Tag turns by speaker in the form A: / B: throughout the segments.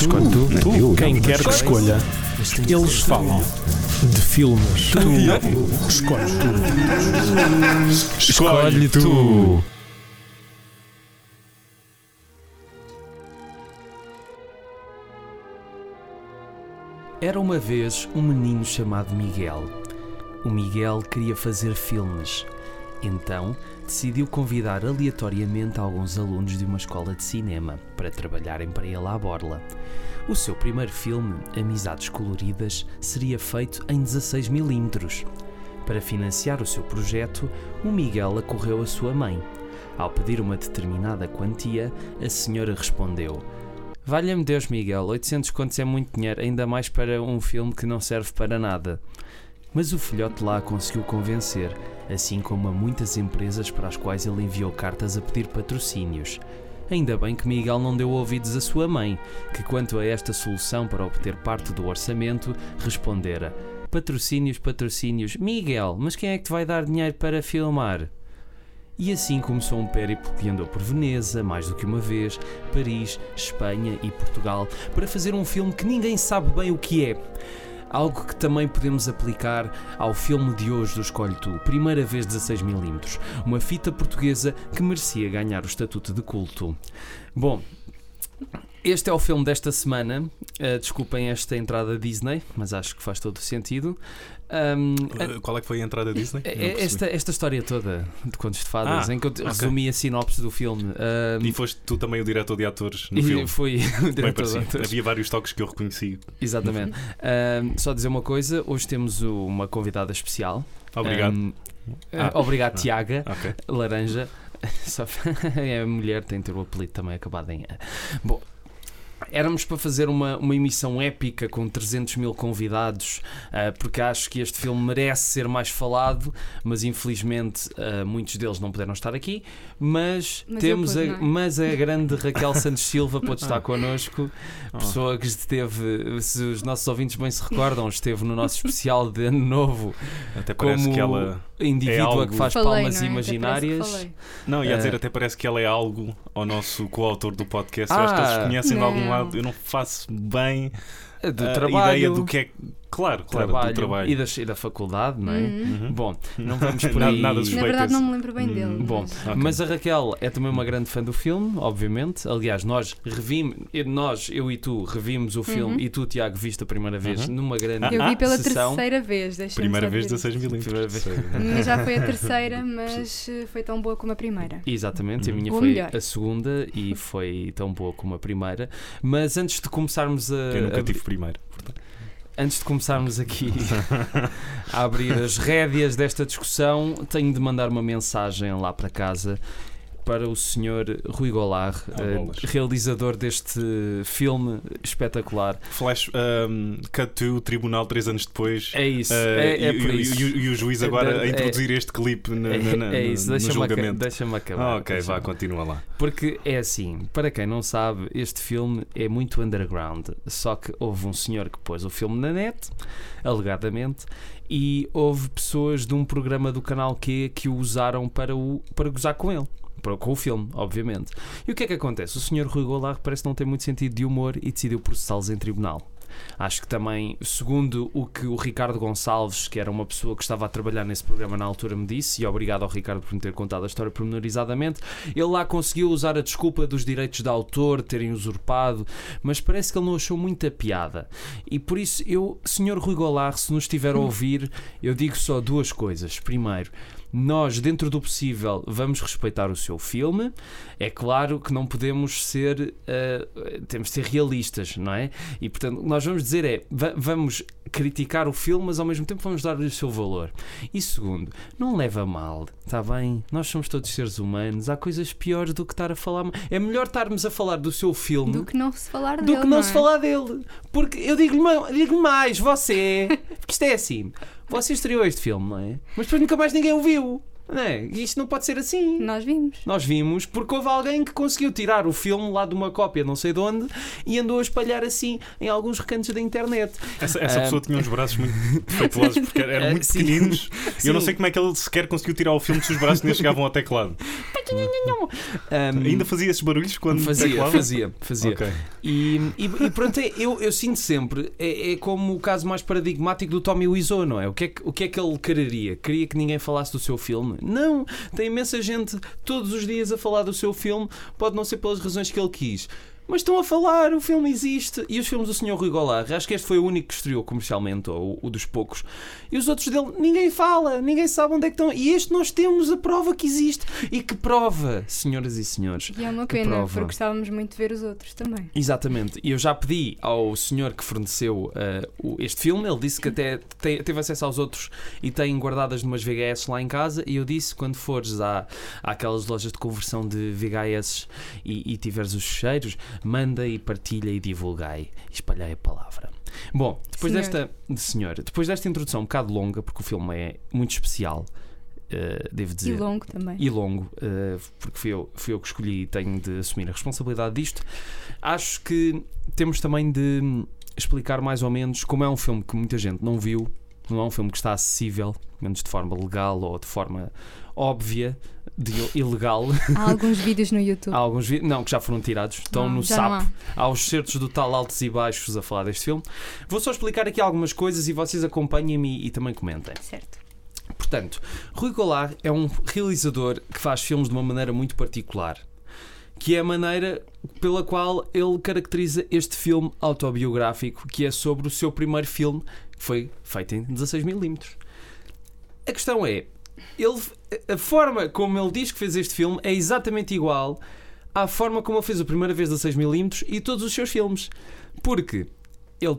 A: Escolhe tu.
B: Não,
C: Tu,
B: eu,
C: quem
B: eu.
C: quer que escolha, eles falam de filmes. Tu, escolhe tu.
A: Escolhe tu.
D: Era uma vez um menino chamado Miguel. O Miguel queria fazer filmes. Então, decidiu convidar aleatoriamente alguns alunos de uma escola de cinema para trabalharem para ele à borla. O seu primeiro filme, Amizades Coloridas, seria feito em 16mm. Para financiar o seu projeto, o Miguel acorreu a sua mãe. Ao pedir uma determinada quantia, a senhora respondeu: Valha-me Deus, Miguel, 800 contos é muito dinheiro, ainda mais para um filme que não serve para nada. Mas o filhote lá conseguiu convencer, assim como a muitas empresas para as quais ele enviou cartas a pedir patrocínios. Ainda bem que Miguel não deu ouvidos à sua mãe, que quanto a esta solução para obter parte do orçamento, respondera: Patrocínios, patrocínios, Miguel, mas quem é que te vai dar dinheiro para filmar? E assim começou um périplo que andou por Veneza, mais do que uma vez, Paris, Espanha e Portugal, para fazer um filme que ninguém sabe bem o que é. Algo que também podemos aplicar ao filme de hoje do Escolhe Tu, primeira vez 16mm, uma fita portuguesa que merecia ganhar o estatuto de culto. Bom, este é o filme desta semana. Ah, desculpem esta entrada Disney, mas acho que faz todo o sentido. Ahm, a-
A: Uh, Qual é que foi a entrada Disney? Não
D: é-
A: percebi.
D: Esta, esta história toda de Contos de Fadas,
A: Ah,
D: em que eu te-
A: ok.
D: resumi a sinopse do filme. ah,
A: E foste tu também o diretor de atores no
D: e
A: filme.
D: foi o
A: Bem É
D: diretor de
A: parecia.
D: atores.
A: Havia vários toques que eu reconheci.
D: Exatamente. Ah, só dizer uma coisa: hoje temos o- uma convidada especial.
A: Obrigado.
D: Ah,
A: Ah.
D: obrigado, Tiaga.
A: Ok.
D: Laranja. Só- é mulher, tem de ter o apelido também acabado em. A. Bom. Éramos para fazer uma, uma emissão épica com 300 mil convidados, ah, porque acho que este filme merece ser mais falado, mas infelizmente ah, muitos deles não puderam estar aqui. Mas,
E: Mas eu
D: temos a,
E: pude, não é?
D: mas a grande Raquel Santos Silva pode estar connosco,
A: Oh.
D: pessoa que esteve, se os nossos ouvintes bem se recordam, esteve no nosso especial de Ano Novo,
A: Até parece
D: Como-
A: que ela.
D: indivídua
A: algo-
D: que faz
E: É Falei,
D: palmas
E: não é? Até
D: imaginárias.
E: parece que
A: Não, ia
D: Eh,
A: dizer, até parece que ela é algo ao nosso coautor do podcast. Eu
D: Ah,
A: acho que eles conhecem de algum
E: não.
A: lado. Eu não faço bem
D: Do
A: a
D: trabalho,
A: ideia do que é. Claro, claro,
D: trabalho,
A: do trabalho.
D: E, das- e da faculdade, não é?
E: falei. Uhum.
A: Uhum.
D: Bom, não vamos por
A: Nada-
D: aí.
A: nada
E: Na
A: suspeito.
E: verdade,
A: esse.
E: não me lembro bem
A: Hum,
E: dele.
D: bom.
E: mas-
A: Ok.
D: Mas a Raquel é também uma grande fã do filme, obviamente. Aliás, nós revimos, nós, eu e tu, revimos o filme
E: Uhum.
D: e tu, Tiago, viste a primeira vez
A: Uhum.
D: numa grande
E: Eu vi pela
D: Ah, sessão.
E: terceira vez, deixa-me
A: Primeira
E: só
A: vez
E: dizer.
A: 16
D: Primeira vez.
A: milímetros.
E: Mas já foi a terceira, mas eh, foi tão boa como a primeira.
D: Exatamente, a
A: Uhum.
D: minha
E: Ou
D: foi
E: melhor.
D: a segunda e foi tão boa como a primeira. Mas antes de começarmos a,
A: Eu nunca
D: a-
A: tive primeiro.
D: Antes de começarmos aqui a abrir as rédeas desta discussão, tenho de mandar uma mensagem lá para casa para o senhor Rui Goulart,
A: Ah,
D: eh,
A: bolas.
D: realizador deste filme espetacular.
A: Flash, um, cut to Tribunal, três anos depois.
D: É isso,
A: Eh,
D: é, é
A: e,
D: por
A: e-
D: isso.
A: e o- e o juiz agora a
D: É-
A: introduzir este clipe na, na, na,
D: é, é isso,
A: no
D: deixa-me aca-
A: julgamento.
D: deixa-me acabar.
A: Ah, ok,
D: deixa-me
A: vá, continua lá.
D: Porque é assim, para quem não sabe, este filme é muito underground. Só que houve um senhor que pôs o filme na net, alegadamente, e houve pessoas de um programa do canal Q que o usaram para, o, para gozar com ele. para- Com o filme, obviamente. E o que é que acontece? O senhor Rui Goulart parece não ter muito sentido de humor e decidiu processá-los em tribunal. Acho que também, segundo o que o Ricardo Gonçalves, que era uma pessoa que estava a trabalhar nesse programa na altura, me disse, e obrigado ao Ricardo por me ter contado a história pormenorizadamente, ele lá conseguiu usar a desculpa dos direitos de autor terem usurpado, mas parece que ele não achou muita piada. E por isso, eu, Sr. Rui Goulart, se nos estiver
E: Hum.
D: a ouvir, eu digo só duas coisas. Primeiro, nós, dentro do possível, vamos respeitar o seu filme. É claro que não podemos ser. eh, temos de ser realistas, não é? E portanto, o que nós vamos dizer é: va- vamos criticar o filme, mas ao mesmo tempo vamos dar-lhe o seu valor. E segundo, não leva a mal, está bem? Nós somos todos seres humanos, há coisas piores do que estar a falar. ma- É melhor estarmos a falar do seu filme
E: Do que não se falar
D: Hum. do
E: dele.
D: que não
E: é?
D: se falar dele. Porque eu digo-lhe ma- digo-lhe mais, você. Porque isto é assim. Você estreou este filme, não é? Mas depois nunca mais ninguém o viu. Não é? E Isto não pode ser assim.
E: Nós vimos.
D: Nós vimos porque houve alguém que conseguiu tirar o filme lá de uma cópia, não sei de onde, e andou a espalhar assim em alguns recantos da internet.
A: Essa, essa
D: Ah,
A: pessoa tinha uns braços muito feituosos porque eram
D: Ah,
A: muito
D: sim.
A: pequeninos. Eu não
D: Sim.
A: sei como é que ele sequer conseguiu tirar o filme se os braços nem chegavam ao teclado.
D: Ahm,
A: Ainda fazia esses barulhos quando
D: fazia,
A: teclava?
D: fazia, fazia.
A: Ok.
D: E, e, e pronto, é- eu, eu sinto sempre, é, é como o caso mais paradigmático do Tommy Wiseau, não é? O que é que, o que é que ele quereria? Queria que ninguém falasse do seu filme? Não! Tem imensa gente todos os dias a falar do seu filme, pode não ser pelas razões que ele quis. Mas estão a falar, o filme existe. E os filmes do Sr. Rui Goulart, acho que este foi o único que estreou comercialmente, ou o dos poucos. E os outros dele, ninguém fala, ninguém sabe onde é que estão. E este nós temos a prova que existe. E que prova, senhoras e senhores.
E: E é uma
D: Que
E: pena,
D: prova.
E: porque gostávamos muito de ver os outros também.
D: Exatamente, e eu já pedi ao senhor que forneceu eh, o- este filme, ele disse que até te- teve acesso aos outros e tem guardadas numas VHS lá em casa. E eu disse: quando fores à, àquelas lojas de conversão de VHS e, e tiveres os cheiros, manda e partilha e divulgai, e espalhai a palavra. Bom, depois
E: Senhor.
D: desta. de Senhor, depois desta introdução um bocado longa, porque o filme é muito especial, eh, devo
E: E
D: dizer
E: longo também.
D: e longo, eh, porque fui eu, fui eu que escolhi e tenho de assumir a responsabilidade disto. Acho que temos também de hum, explicar mais ou menos como é um filme que muita gente não viu, não é um filme que está acessível, pelo menos de forma legal ou de forma óbvia, de ilegal.
E: Há alguns vídeos no YouTube.
D: Há alguns vídeos, não, que já foram tirados, estão
E: Não,
D: no
E: já
D: sapo.
E: não há.
D: Há os certos do tal Altos e Baixos a falar deste filme. Vou só explicar aqui algumas coisas e vocês acompanhem-me e também comentem.
E: Certo.
D: Portanto, Rui Goulart é um realizador que faz filmes de uma maneira muito particular, que é a maneira pela qual ele caracteriza este filme autobiográfico, que é sobre o seu primeiro filme, que foi feito em 16mm. A questão é, ele, a forma como ele diz que fez este filme é exatamente igual à forma como ele fez a primeira vez 16mm e todos os seus filmes. Porque ele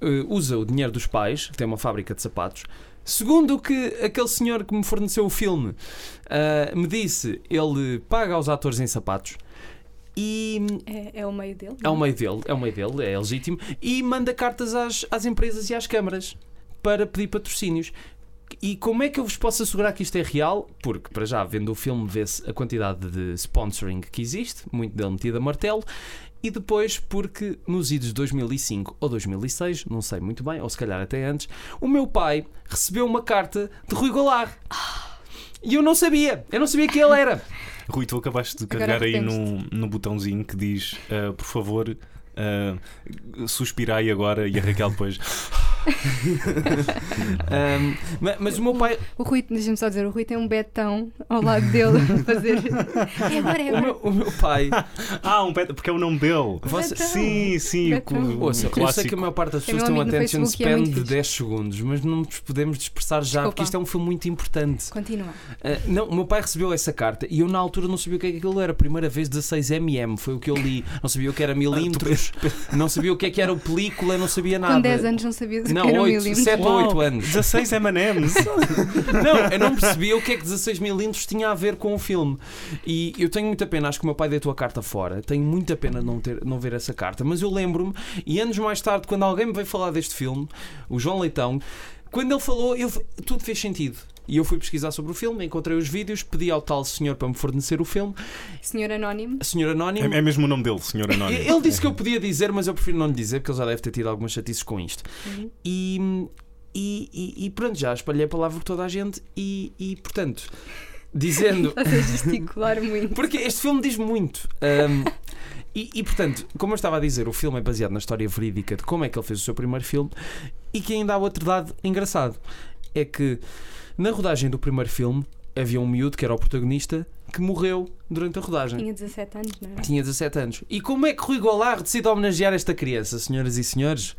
D: eh, usa o dinheiro dos pais, tem uma fábrica de sapatos. Segundo o que aquele senhor que me forneceu o filme ah, me disse, ele paga aos atores em sapatos e
E: É, é o meio dele.
D: é o meio dele, é o meio dele, é legítimo, e manda cartas às, às empresas e às câmaras para pedir patrocínios. E como é que eu vos posso assegurar que isto é real? Porque, para já, vendo o filme, vê-se a quantidade de sponsoring que existe, muito dele metido a martelo, e depois porque nos idos de 2005 ou 2006, não sei muito bem, ou se calhar até antes, o meu pai recebeu uma carta de Rui Goulart. E eu não sabia, eu não sabia quem ele era.
A: Rui, tu acabaste de
E: Agora
A: carregar aí no,
E: arrependeste.
A: no botãozinho que diz ah, por favor. ah, suspirai agora e a Raquel depois
D: Ahm, ma- mas o meu pai,
E: O Rui, deixa-me só dizer, o Rui tem um betão ao lado dele a fazer. É agora, é
D: o
E: agora.
D: meu, o meu pai
A: Ah, um pet, porque é o nome dele
D: Você-
E: Betão.
A: Sim, sim, o,
E: Betão.
A: o, o
D: Ah, um Ouça, eu sei que
A: clássico
D: a maior parte das
E: Tem
D: pessoas
E: um
D: tem um
E: amigo no
D: attention
E: Facebook e é
D: span
E: muito
D: de
E: fixe.
D: 10 segundos, mas não nos podemos dispersar já,
E: Desculpa.
D: porque isto é um filme muito importante.
E: Continua.
D: Ah, não, o meu pai recebeu essa carta e eu na altura não sabia o que é que aquilo era. Primeira vez 16mm, foi o que eu li. Não sabia o que era milímetros, não sabia o que é que era o película, não sabia nada.
E: Com 10 anos não sabia do que
D: Não,
E: era um
D: 8,
E: milímetro.
D: 7 ou 8 anos.
A: 16 M&M's
D: Não, eu não percebia o que é que 16mm tinha a ver com o filme. E eu tenho muita pena, acho que o meu pai deitou a carta fora. Tenho muita pena de não, ter, não ver essa carta. Mas eu lembro-me, e anos mais tarde, quando alguém me veio falar deste filme, o João Leitão, quando ele falou, eu, tudo fez sentido. E eu fui pesquisar sobre o filme, encontrei os vídeos, pedi ao tal senhor para me fornecer o filme,
E: Senhor Anónimo,
D: a senhor Anónimo.
A: é, é mesmo o nome dele, senhor Anónimo
D: Ele disse que eu podia dizer, mas eu prefiro não lhe dizer, porque ele já deve ter tido algumas chatices com isto.
E: Uhum.
D: E, e- e- e pronto, já espalhei a palavra por toda a gente e, e, portanto, dizendo.
E: estás a gesticular muito.
D: Porque este filme diz muito. Ahm, e, e, portanto, como eu estava a dizer, o filme é baseado na história verídica de como é que ele fez o seu primeiro filme e que ainda há outro dado engraçado. É que na rodagem do primeiro filme havia um miúdo que era o protagonista que morreu durante a rodagem.
E: Tinha 17 anos, não é?
D: Tinha 17 anos. E como é que Rui Goulart decide homenagear esta criança, senhoras e senhores?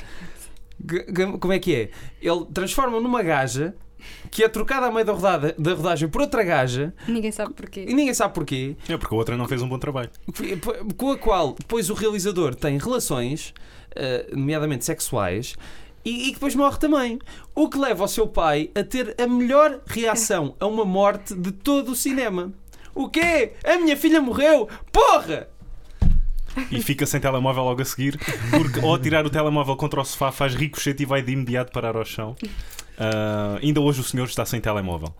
D: G- g- Como é que é? Ele transforma numa gaja que é trocada a meio da, rodada, da rodagem por outra gaja
E: Ninguém sabe
D: e
E: porquê.
D: ninguém sabe porquê,
A: É porque a outra não fez um bom trabalho
D: com a qual depois o realizador tem relações, eh, nomeadamente sexuais, e, e que depois morre também. O que leva o seu pai a ter a melhor reação a uma morte de todo o cinema. O quê? A minha filha morreu! Porra!
A: E fica sem telemóvel logo a seguir Porque ao tirar o telemóvel contra o sofá Faz ricochete e vai de imediato parar ao chão Ah, Ainda hoje o senhor está sem telemóvel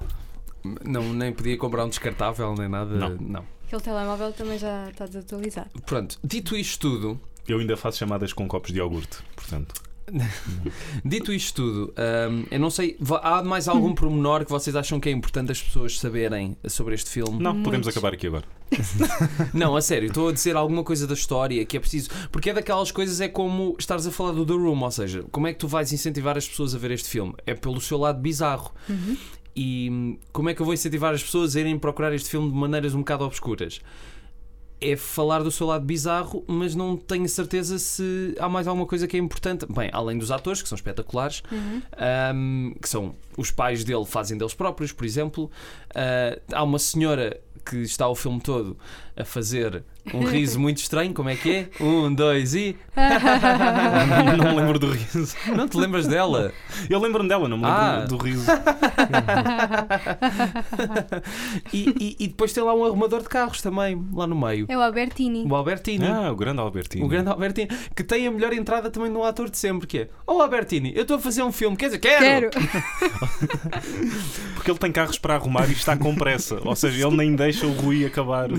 D: Não, nem podia comprar um descartável nem nada.
A: Não.
E: Aquele telemóvel também já está desatualizado.
D: Pronto, dito isto tudo,
A: Eu ainda faço chamadas com copos de iogurte Portanto
D: Dito isto tudo, hum, eu não sei, va- há mais algum pormenor que vocês acham que é importante as pessoas saberem sobre este filme?
A: Não, podemos
E: Muitos.
A: acabar aqui agora.
D: Não, a sério, estou a dizer alguma coisa da história que é preciso. Porque é daquelas coisas, é como estares a falar do The Room, ou seja, como é que tu vais incentivar as pessoas a ver este filme? É pelo seu lado bizarro. E hum, como é que eu vou incentivar as pessoas a irem procurar este filme de maneiras um bocado obscuras? É falar do seu lado bizarro, mas não tenho certeza se há mais alguma coisa que é importante. Bem, além dos atores, que são espetaculares, hum, que são os pais dele fazem deles próprios, por exemplo. Ah, há uma senhora que está o filme todo a fazer um riso muito estranho, como é que é? Um, dois e.
A: não me lembro do riso.
D: Não te lembras dela?
A: Eu lembro-me dela, não me lembro
D: Ah.
A: do riso.
D: E, e- e depois tem lá um arrumador de carros também, lá no meio.
E: É o Albertini.
D: O Albertini.
E: é?
A: Ah, o grande Albertino.
D: O grande Albertini, que tem a melhor entrada também de um ator de sempre, que é Olá Albertini, eu estou a fazer um filme, quer dizer, quero!
E: Quero.
A: Porque ele tem carros para arrumar e está com pressa. Ou seja, ele nem deixa o Rui acabar. Ah,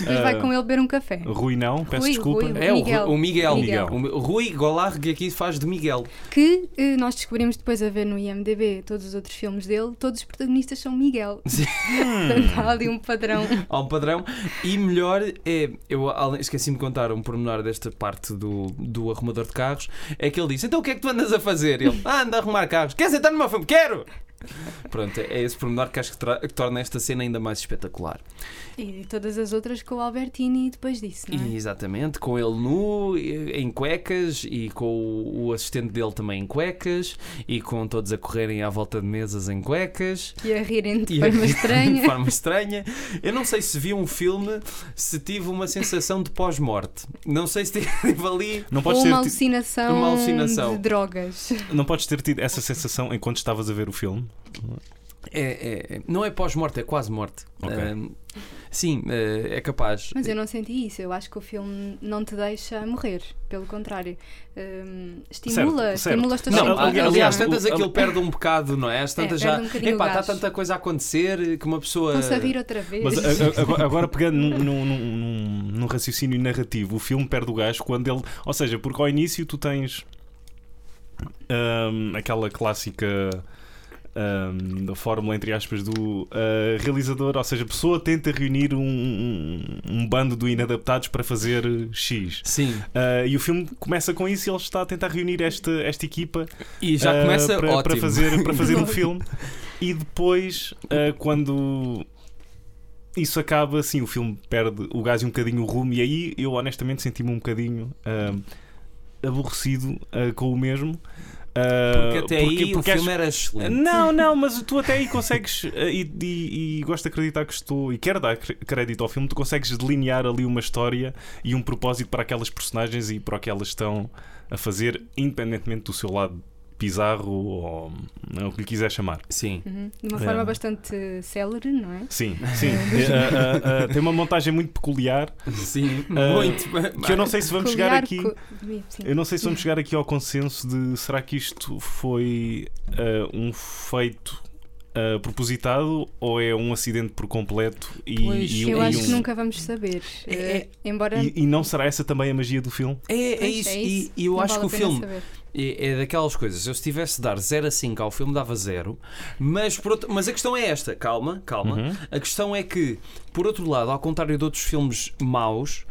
E: Mas depois
D: Ah.
E: vai com ele beber um café.
A: Rui não, peço
E: Rui,
A: desculpa.
E: Rui.
D: É o,
E: Miguel.
D: Ru- o Miguel.
E: Miguel.
D: O Rui Golar, que aqui faz de Miguel.
E: Que eh, nós descobrimos depois a ver no IMDB todos os outros filmes dele, todos os protagonistas são Miguel.
D: Sim.
E: Portanto, há ali um padrão.
D: Há um padrão. E melhor é. Eu além- esqueci-me de contar um pormenor desta parte do, do arrumador de carros. É que ele diz: Então o que é que tu andas a fazer? Ele: Ah, anda a arrumar carros. Queres entrar no meu filme? Quero! Pronto, é esse pormenor que acho que, tra- que torna esta cena ainda mais espetacular.
E: E todas as outras com o Albertini depois disso, não é?
D: E, exatamente, com ele nu, e- em cuecas, e com o, o assistente dele também em cuecas, e com todos a correrem à volta de mesas em cuecas.
E: E a rirem de
D: E a
E: forma
D: rir-
E: estranha.
D: De forma estranha. Eu não sei se vi um filme, se tive uma sensação de pós-morte. Não sei se tive ali.
A: Não podes,
E: Ou
A: ter
E: uma
A: ti-
E: alucinação,
D: uma alucinação.
E: de drogas.
A: não podes ter tido essa sensação enquanto estavas a ver o filme.
D: É, é- é- não é pós-morte, é quase morte.
A: Ok.
D: Ahm, sim, eh, é
A: tipo
D: capaz.
E: Mas eu não senti isso. Eu acho que o filme não te deixa morrer. Pelo contrário, Hum, estimula,
A: Certo, certo.
E: estimula os teus
A: Não,
D: Não,
E: sentidos.
A: ali-
D: aliás,
A: o-
D: tantas
A: o-
D: aquilo perde um bocado, não é? As tantas
E: É,
D: já.
E: perde um bocadinho o
D: Epá, está
E: gás.
D: tanta coisa a acontecer que uma pessoa.
E: Estão-se a rir outra vez.
A: eh, Mas eh, a- a- agora- agora pegando num, num- num- num- num raciocínio narrativo, o filme perde o gás quando ele. Ou seja, porque ao início tu tens ahm, aquela clássica ahm, da fórmula, entre aspas, do ah, realizador, ou seja, a pessoa tenta reunir um, um- um bando de inadaptados para fazer X.
D: Sim,
A: Ah, e o filme começa com isso e ele está a tentar reunir esta, esta equipa
D: e já
A: ah,
D: começa
A: para,
D: ótimo.
A: para fazer, para fazer um filme. E depois, ah, quando isso acaba, assim, o filme perde o gás e um bocadinho o rumo. E aí eu honestamente senti-me um bocadinho ah, aborrecido ah, com o mesmo. Ah,
D: Porque até aí
A: porque
D: o
A: acho-
D: filme era excelente.
A: Não, não, mas tu até aí consegues, ah, e, e, e gosto de acreditar que estou, e quero dar cre- crédito ao filme, tu consegues delinear ali uma história e um propósito para aquelas personagens e para o que elas estão a fazer, independentemente do seu lado bizarro ou não, o que lhe quiser chamar.
D: Sim.
E: Uhum. De uma
A: É.
E: forma bastante célere, não é?
A: Sim, sim. Ah, ah, ah, tem uma montagem muito peculiar
D: Sim,
A: Ah,
D: muito.
A: que eu não sei se vamos chegar
E: Colgar
A: aqui.
E: co- Sim.
A: Eu não sei se vamos chegar aqui ao consenso de será que isto foi ah, um feito ah, propositado ou é um acidente por completo e,
D: Pois,
A: e um-
E: Eu
A: e
E: acho
A: um-
E: que nunca vamos saber.
D: É-
E: Eh,
D: é-
E: embora.
A: e- e não será essa também a magia do filme?
D: É, é
E: Pois,
D: isso.
E: é
D: E,
E: isso.
D: e eu
E: Não
D: acho
E: vale
D: que
E: a
D: o
E: pena
D: filme
E: saber.
D: é, é daquelas coisas. Eu se tivesse de dar 0 a 5 ao filme, dava 0. Mas, por outro- mas a questão é esta. Calma, calma.
A: Uhum.
D: A questão é que, por outro lado, ao contrário de outros filmes maus.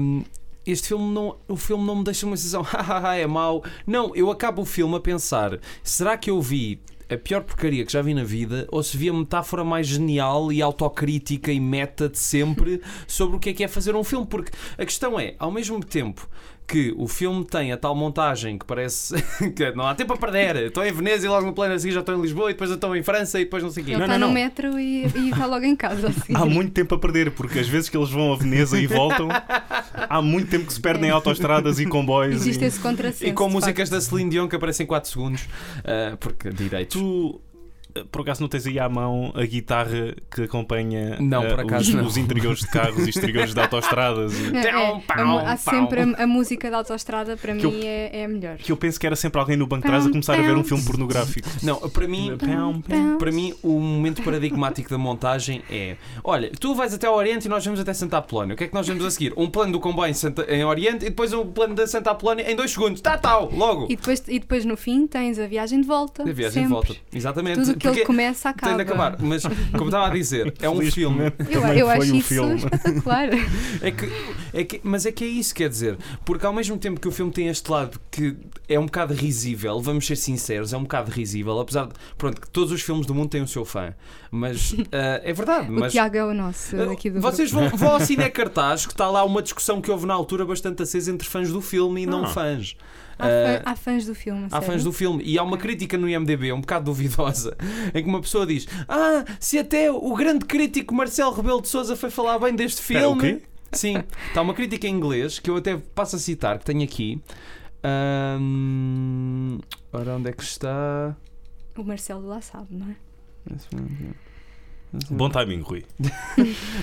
D: hum, este filme não, o filme não me deixa uma sensação, hahaha, é mau. Não, eu acabo o filme a pensar: será que eu vi a pior porcaria que já vi na vida ou se vi a metáfora mais genial e autocrítica e meta de sempre sobre o que é que é fazer um filme? Porque a questão é, ao mesmo tempo que o filme tem a tal montagem que parece que não há tempo a perder, Eu estou em Veneza e logo no plano a seguir já estou em Lisboa e depois eu estou em França e depois não sei o quê.
E: Ele
A: Não,
E: está
A: não,
E: no
A: não.
E: metro e e está logo em casa. assim. a seguir.
A: Há um muito tempo a perder, porque às vezes que eles vão a Veneza e voltam, há muito tempo que se perdem em autoestradas e comboios.
E: É. Existe
A: e-
E: esse contrassenso.
D: E com
E: de
D: músicas
E: facto.
D: da Celine Dion que aparecem 4 segundos, ah, porque direitos.
A: Tu eh, por acaso não tens aí à mão a guitarra que acompanha
D: Não,
A: eh,
D: por acaso
A: os,
D: não.
A: os interiores de carros e exteriores de autostradas? e-
E: É,
A: assim,
E: é.
A: Tão,
E: A mu-
A: pau,
E: Há
A: pau.
E: sempre a, a música da autostrada, para
A: Que eu-
E: mim, é, é a melhor.
A: Que eu penso que era sempre alguém no banco de trás a
E: Pão,
A: começar a ver um
E: pão.
A: filme pornográfico.
D: Não, para mim,
A: Pão, pão.
D: para mim o momento paradigmático da montagem é: olha, tu vais até ao Oriente e nós vamos até Santa Apolónia. O que é que nós vamos a seguir? Um plano do comboio em, Santa- em Oriente e depois um plano da Santa Apolónia em dois segundos. Tá, tal, logo.
E: E depois, e depois no fim tens a viagem de volta.
D: A viagem de
E: sempre.
D: volta. Exatamente.
E: Tudo o que
D: Porque
E: ele começa acaba.
D: tem de acabar. Mas, como estava a dizer, é um
A: Felizmente
D: filme.
E: Eu,
A: também
E: eu
A: foi
E: acho
A: um
E: isso
A: filme.
E: espetacular.
D: É que, é que- mas é que é isso, quer dizer, porque ao mesmo tempo que o filme tem este lado que é um bocado risível, vamos ser sinceros, é um bocado risível, apesar de, pronto, que todos os filmes do mundo têm o seu fã, mas ah, é verdade,
E: O
D: mas...
E: Tiago é o nosso
D: ah,
E: daqui do
D: Vocês vão, vão ao Cine Cartaz, que está lá uma discussão que houve na altura bastante acesa entre fãs do filme e não
A: Ah.
D: fãs.
E: grupo. Há,
D: Ah,
E: fã- há fãs do filme. a
D: Há
E: sério.
D: fãs do filme e há uma crítica no IMDB um bocado duvidosa em que uma pessoa diz: Ah, se até o grande crítico Marcelo Rebelo de Souza foi falar bem deste
A: Espera, É, o
D: filme. Sim, está uma crítica em inglês que eu até passo a citar, que tenho aqui. Ahm, Ora, onde é que está?
E: O Marcelo lá sabe, não é?
A: Bom timing, Rui.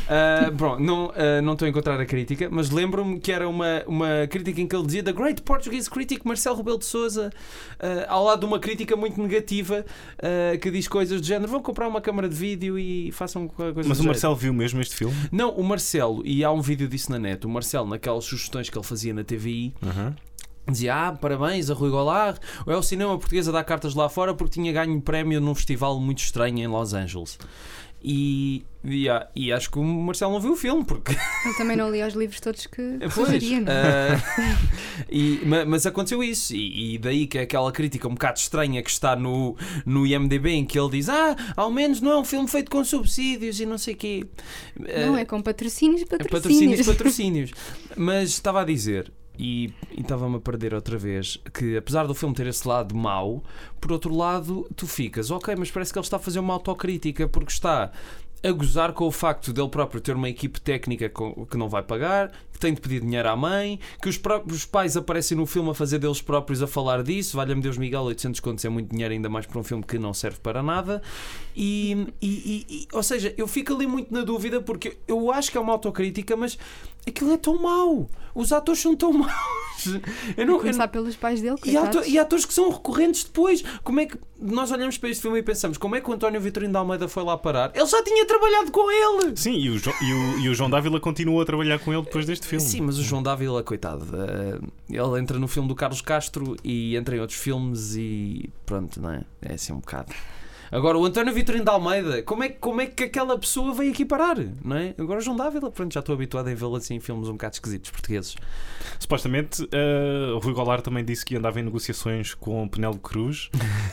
D: Ah, bom, não, ah, não estou a encontrar a crítica, mas lembro-me que era uma, uma crítica em que ele dizia The Great Portuguese Critic Marcelo Rebelo de Souza, ao lado de uma crítica muito negativa ah, que diz coisas do género: vão comprar uma câmara de vídeo e façam co- coisas
A: Mas
D: do
A: o
D: género."
A: Marcelo viu mesmo este filme?
D: Não, o Marcelo, e há um vídeo disso na net, o Marcelo, naquelas sugestões que ele fazia na TVI, Dizia, ah, parabéns a Rui Goulart, é o cinema português a dar cartas lá fora porque tinha ganho prémio num festival muito estranho em Los Angeles. E, e, ah, e acho que o Marcelo não viu o filme, porque.
E: Eu também não li os livros todos que
D: Pois,
E: sugeria, não é?
D: ah, e- ma- mas, aconteceu isso, e, e daí que é aquela crítica um bocado estranha que está no, no IMDB em que ele diz, ah, ao menos não é um filme feito com subsídios e não sei o quê.
E: Não
D: Ah,
E: é com patrocínios, patrocínios.
D: patrocínios, patrocínios. Mas estava a dizer, e e estava-me a perder outra vez, que apesar do filme ter esse lado mau, por outro lado, tu ficas, ok, mas parece que ele está a fazer uma autocrítica, porque está a gozar com o facto dele próprio ter uma equipe técnica com- que não vai pagar, que tem de pedir dinheiro à mãe, que os próprios pais aparecem no filme a fazer deles próprios a falar disso, valha-me Deus Miguel, 800 contos é muito dinheiro ainda mais para um filme que não serve para nada, e, e- e- e- ou seja, eu fico ali muito na dúvida porque eu acho que é uma autocrítica, mas aquilo é tão mau, os atores são tão maus, eu não, eu não-
E: Começar pelos pais dele,
D: e há, ato-
E: coitados.
D: e há atores que são recorrentes depois. Como é que nós olhamos para este filme e pensamos como é que o António Vitorino de Almeida foi lá parar? Ele já tinha trabalhado com ele!
A: Sim, e o, Jo- e o- e o João Dávila continuou a trabalhar com ele depois deste filme.
D: Sim, mas o João Dávila, coitado, eh, ele entra no filme do Carlos Castro e entra em outros filmes e pronto, não é? É assim um bocado. Agora, o António Vitorino de Almeida, como é, que- como é que aquela pessoa veio aqui parar? Não é? Agora, o João Dávila, pronto, já estou habituado a vê-lo assim em filmes um bocado esquisitos portugueses.
A: Supostamente, eh, o Rui Goulart também disse que andava em negociações com Penélope Cruz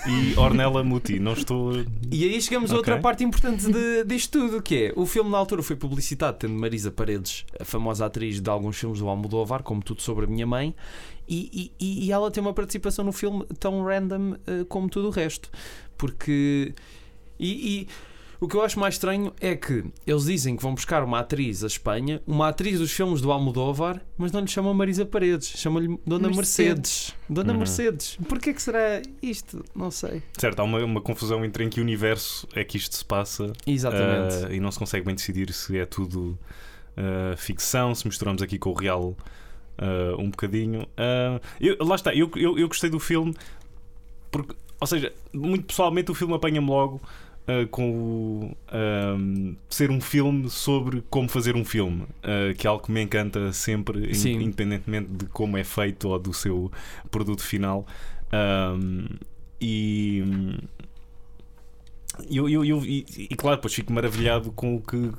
A: e Ornella Muti. Não estou.
D: E aí chegamos a outra
A: Ok.
D: parte importante de, disto tudo, que é o filme na altura foi publicitado tendo Marisa Paredes, a famosa atriz de alguns filmes do Almodóvar, como Tudo Sobre a Minha Mãe, e, e- e ela tem uma participação no filme tão random eh, como tudo o resto. Porque. E, e o que eu acho mais estranho é que eles dizem que vão buscar uma atriz à Espanha, uma atriz dos filmes do Almodóvar, mas não lhe chamam Marisa Paredes, chamam-lhe Dona Mercedes.
E: Mercedes.
D: Dona
A: Uhum.
D: Mercedes. Porquê que será isto? Não sei.
A: Certo, há uma, uma confusão entre em que universo é que isto se passa
D: Exatamente.
A: eh, e não se consegue bem decidir se é tudo eh, ficção, se misturamos aqui com o real eh, um bocadinho. Ah, eu- lá está, eu, eu, eu gostei do filme, porque, ou seja, muito pessoalmente o filme apanha-me logo ah, com o ahm, ser um filme sobre como fazer um filme, ah, que é algo que me encanta sempre, in-
D: Sim.
A: independentemente de como é feito ou do seu produto final. Ahm, e. hum, Eu, eu, eu- e, e claro, depois fico maravilhado com o que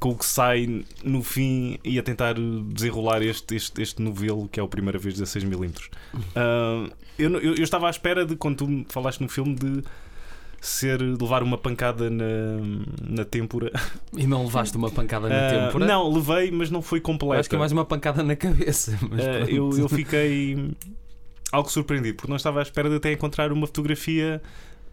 A: com o que sai no fim e a tentar desenrolar este, este, este novelo que é a primeira vez 16mm. Ah, eu, não- eu, eu estava à espera de, quando tu me falaste no filme, de ser de levar uma pancada na, na têmpora.
D: E não levaste uma pancada na
A: Ah,
D: têmpora?
A: não, levei, mas não foi completa.
D: Acho que é mais uma pancada na cabeça. mas
A: Ah,
D: pronto.
A: eu, eu fiquei algo surpreendido, porque não estava à espera de até encontrar uma fotografia.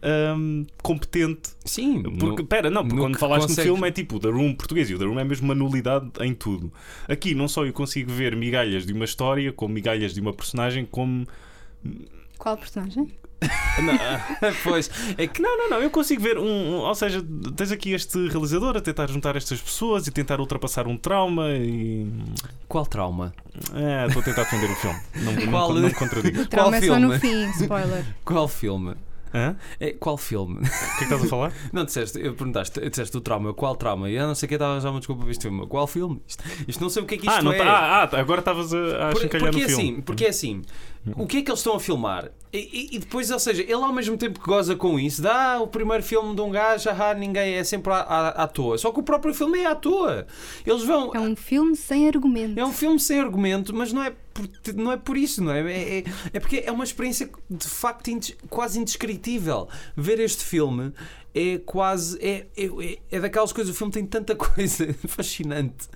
A: ahm, competente,
D: Sim,
A: porque
D: no-
A: pera, não, porque
D: no
A: quando
D: que
A: falaste
D: consegue-
A: no filme é tipo o The Room português e o The Room é mesmo uma nulidade em tudo. Aqui não só eu consigo ver migalhas de uma história, como migalhas de uma personagem, como
E: Qual personagem?
A: Não, pois, é que não, não, não, eu consigo ver um, um- Ou seja, tens aqui este realizador a tentar juntar estas pessoas e tentar ultrapassar um trauma e.
D: Qual trauma?
A: É, estou a tentar defender o filme. Não, não,
D: Qual-
A: não me contradigo.
E: O trauma é só no
D: filme?
E: fim, spoiler.
D: Qual filme?
A: Hã?
D: É, qual filme?
A: O que é que estás a falar?
D: Não disseste, eu perguntaste, disseste o trauma, qual trauma? E eu não sei que estava já uma desculpa para este filme. Qual filme? Isto, isto não sei o que é que isto
A: ah, não
D: é.
A: tá- ah, ah, tá, agora estavas a, a
D: Por-
A: chincalhar no
D: porque é
A: filme.
D: assim, porque é assim, o que é que eles estão a filmar? E, e- e depois, ou seja, ele ao mesmo tempo que goza com isso, dá o primeiro filme de um gajo, ah, ninguém é sempre à, à, à toa. Só que o próprio filme é à toa. Eles vão.
E: É um filme sem argumento.
D: É um filme sem argumento, mas não é por, não é por isso, não é? É, é- é porque é uma experiência de facto indes- quase indescritível. Ver este filme é quase. É, é, é daquelas coisas. O filme tem tanta coisa fascinante.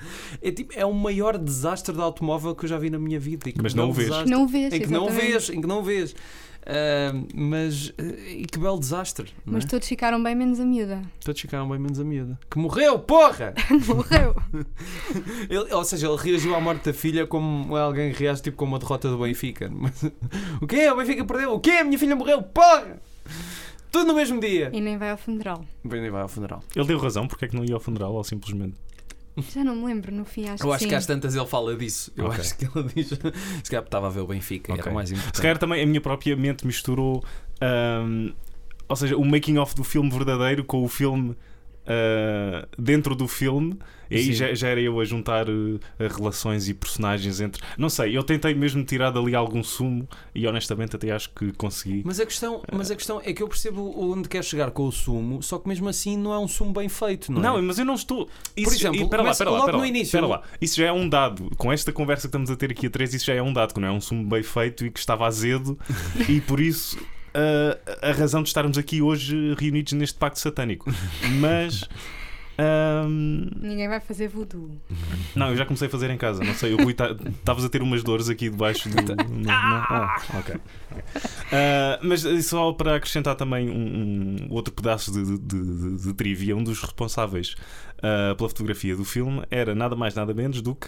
D: É, tipo, é o maior desastre de automóvel que eu já vi na minha vida. e que
A: Mas
D: belo
A: não o vês.
D: desastre.
E: Não o vês,
D: um Em que não o
E: exatamente.
D: vês, em que não o vês. Ah, mas. ah, e que belo desastre. Não é?
E: Mas todos ficaram bem menos a miúda.
D: Todos ficaram bem menos a miúda. Que morreu, porra!
E: Morreu.
D: Ele- ou seja, ele reagiu à morte da filha como alguém reage tipo com uma derrota do Benfica. Mas, o quê? O Benfica perdeu? O quê? A minha filha morreu? Porra! Tudo no mesmo dia.
E: E nem vai ao funeral.
D: Bem, nem vai ao funeral.
A: Ele deu razão, porque é que não ia ao funeral ou simplesmente.
E: Já não me lembro, no fim acho
D: Eu
E: que
D: acho
E: sim.
D: que às tantas ele fala disso. Eu
A: Ok.
D: acho que ele diz. Se calhar estava a ver o Benfica, era
A: Ok.
D: o mais importante.
A: Se calhar também a minha própria mente misturou. ahm, ou seja, o making of do filme verdadeiro com o filme. ah, dentro do filme, e
D: Sim.
A: aí já, já era eu a juntar eh, relações e personagens entre. Não sei, eu tentei mesmo tirar dali algum sumo e honestamente até acho que consegui.
D: Mas a, questão, mas a questão é que eu percebo onde quer chegar com o sumo, só que mesmo assim não é um sumo bem feito, não é?
A: Não, mas eu não estou. Isso,
D: exemplo,
A: espera lá,
D: mas
A: espera lá,
D: logo
A: espera
D: no
A: lá,
D: início-
A: espera lá. Isso já é um dado. Com esta conversa que estamos a ter aqui a três, isso já é um dado, que não é um sumo bem feito e que estava azedo e por isso. ah, a razão de estarmos aqui hoje reunidos neste pacto satânico. Mas. hum, ahm,
E: Ninguém vai fazer voodoo.
A: não, eu já comecei a fazer em casa. Não sei, o Rui tá- estavas a ter umas dores aqui debaixo do.
D: Então,
A: no- no- ah, ok. ok. Ah, mas eh, só para acrescentar também um, um outro pedaço de, de- de- de trivia, um dos responsáveis ah, pela fotografia do filme era nada mais nada menos do que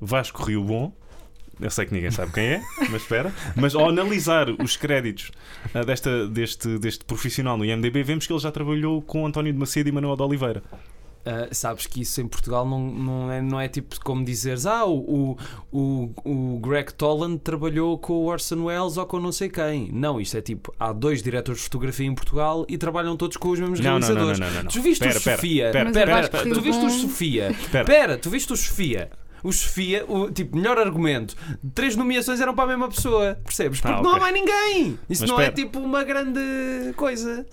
A: Vasco Rio Bom. Eu sei que ninguém sabe quem é, mas espera. Mas ao analisar os créditos ah, desta, deste, deste profissional no IMDB, vemos que ele já trabalhou com António de Macedo e Manuel de Oliveira.
D: Uh, sabes que isso em Portugal não, não, é, não é tipo como dizeres ah, o, o, o, o Greg Toland trabalhou com o Orson Welles ou com não sei quem. Não, isto é tipo, há dois diretores de fotografia em Portugal e trabalham todos com os mesmos
A: Não, não, não,
D: realizadores.
A: não, não, não.
D: Tu viste
A: Pera,
D: o
A: pera,
D: Sofia?
A: pera,
E: Mas eu
D: pera,
E: acho que
D: tu viste o
E: bom.
D: Sofia?
A: Pera.
D: Pera, tu viste o Sofia? O Sofia, o, tipo, melhor argumento, três nomeações eram para a mesma pessoa, percebes?
A: Ah,
D: Porque não há
A: ok.
D: mais ninguém! Isso
A: Mas
D: não é
A: pera.
D: tipo uma grande coisa.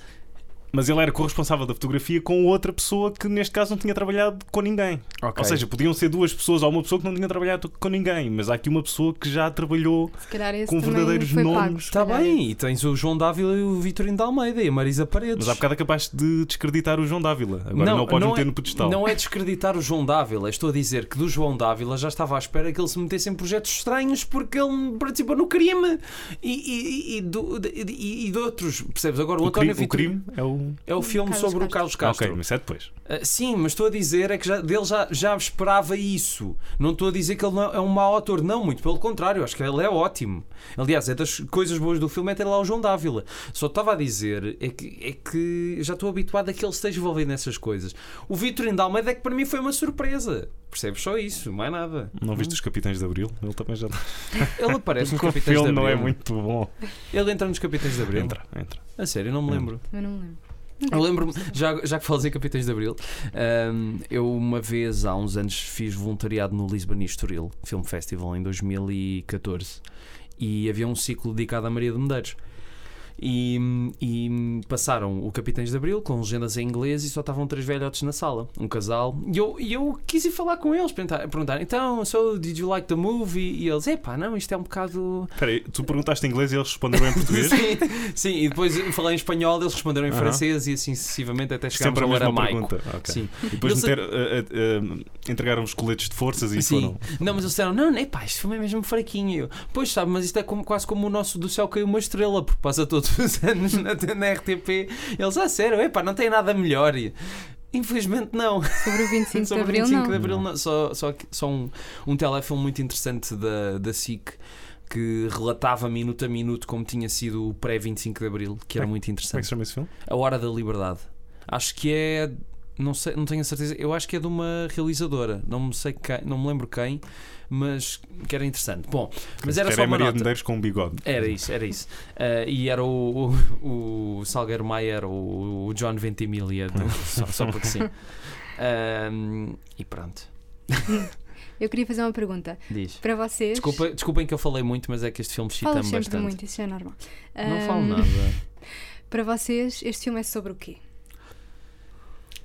A: Mas ele era corresponsável da fotografia com outra pessoa que, neste caso, não tinha trabalhado com ninguém. Ou seja, podiam ser duas pessoas ou uma pessoa que não tinha trabalhado com ninguém, mas há aqui uma pessoa que já trabalhou.
E: Se calhar esse
A: Com
E: também
A: verdadeiros
E: foi pago.
A: nomes.
E: se
D: Está
E: calhar
D: Tá bem, e tens o João Dávila e o Vitorino de Almeida e a Marisa Paredes.
A: Mas há bocado é capaz de descreditar o João Dávila. Agora não, pode meter
D: é,
A: no pedestal.
D: Não é descreditar o João Dávila. Estou a dizer que do João Dávila já estava à espera que ele se metesse em projetos estranhos porque ele participou no crime. E, e, e, do- e- e de outros, percebes? Agora o,
A: o, crime,
D: António
A: o
D: Vitor-
A: crime é o.
D: é o filme
E: Hum, Carlos
D: sobre o Carlos
E: Castro.
A: Ah,
D: Castro.
A: ok, mas isso é depois.
D: Ah, sim, mas estou a dizer é que já, dele já, já esperava isso. Não estou a dizer que ele não é um mau autor, não, muito pelo contrário, acho que ele é ótimo. Aliás, é das coisas boas do filme é ter lá o João Dávila. Só estava a dizer é que, é que já estou habituado a que ele esteja envolvido nessas coisas. O Vitorino de Almeida é que para mim foi uma surpresa. Percebes só isso, mais nada.
A: Não viste os Capitães de Abril? Ele também já.
D: Ele aparece nos
A: O
D: Capitães
A: filme
D: de Abril.
A: não é muito bom.
D: Ele entra nos Capitães de Abril.
A: Entra, entra.
D: A sério, não me
A: Entra.
D: lembro.
E: Eu não me lembro.
D: Eu lembro-me, já, já que falas em Capitães de Abril, hum, eu uma vez, há uns anos, fiz voluntariado no Lisbon e Estoril Film Festival em 2014 e havia um ciclo dedicado à Maria de Medeiros. E, e passaram o Capitães de Abril com legendas em inglês e só estavam três velhotes na sala, um casal. E eu, e eu quis ir falar com eles, perguntar, perguntar então, so did you like the movie? E eles, epá, não, isto é um bocado
A: Espera aí, tu perguntaste em inglês e eles responderam em português?
D: Sim, sim, e depois falei em espanhol, eles responderam em
A: Aham.
D: francês e assim sucessivamente até chegámos
A: é Sempre a
D: ao
A: mesma
D: aramaico.
A: pergunta. Ok.
D: Sim.
A: E depois
D: Eles-
A: meter, ah, ah, ah, entregaram os coletes de forças e
D: Sim.
A: foram.
D: Não, mas eles disseram, não, nem pá, isto filme é mesmo fraquinho. Eu, pois sabe, mas isto é como- quase como o nosso do céu caiu uma estrela, porque passa todos os anos na, na RTP. Eles, ah, sério, epá, não tem nada melhor. E, Infelizmente não.
E: Sobre o 25 de
D: Sobre
E: Abril,
D: 25
E: não.
D: de Abril não. Só, só, que- só um, um telefilme muito interessante da, da SIC que relatava minuto a minuto como tinha sido o pré-25 de Abril, que era
A: Como
D: muito
A: Como é que
D: interessante.
A: se chama esse filme?
D: A Hora da Liberdade. Acho que é. Não, sei, não tenho a certeza. Eu acho que é de uma realizadora. Não me, sei quem, não me lembro quem, mas que era interessante. Bom, mas era
A: Era
D: só
A: a
D: uma
A: Maria de
D: nota.
A: Medeiros com um bigode.
D: Era isso, era isso. Ah, e era o, o, o Salgueiro Maia, era o, o John Ventimiglia, do- só, só porque sim. Ahm, e pronto,
E: Eu queria fazer uma pergunta.
D: diz.
E: Para vocês.
D: Desculpa, desculpem que eu falei muito, mas é que este filme excita-me
E: Falas sempre
D: bastante.
E: muito, isso é normal.
D: Não
E: Ahm,
D: falo nada.
E: Para vocês, este filme é sobre o quê?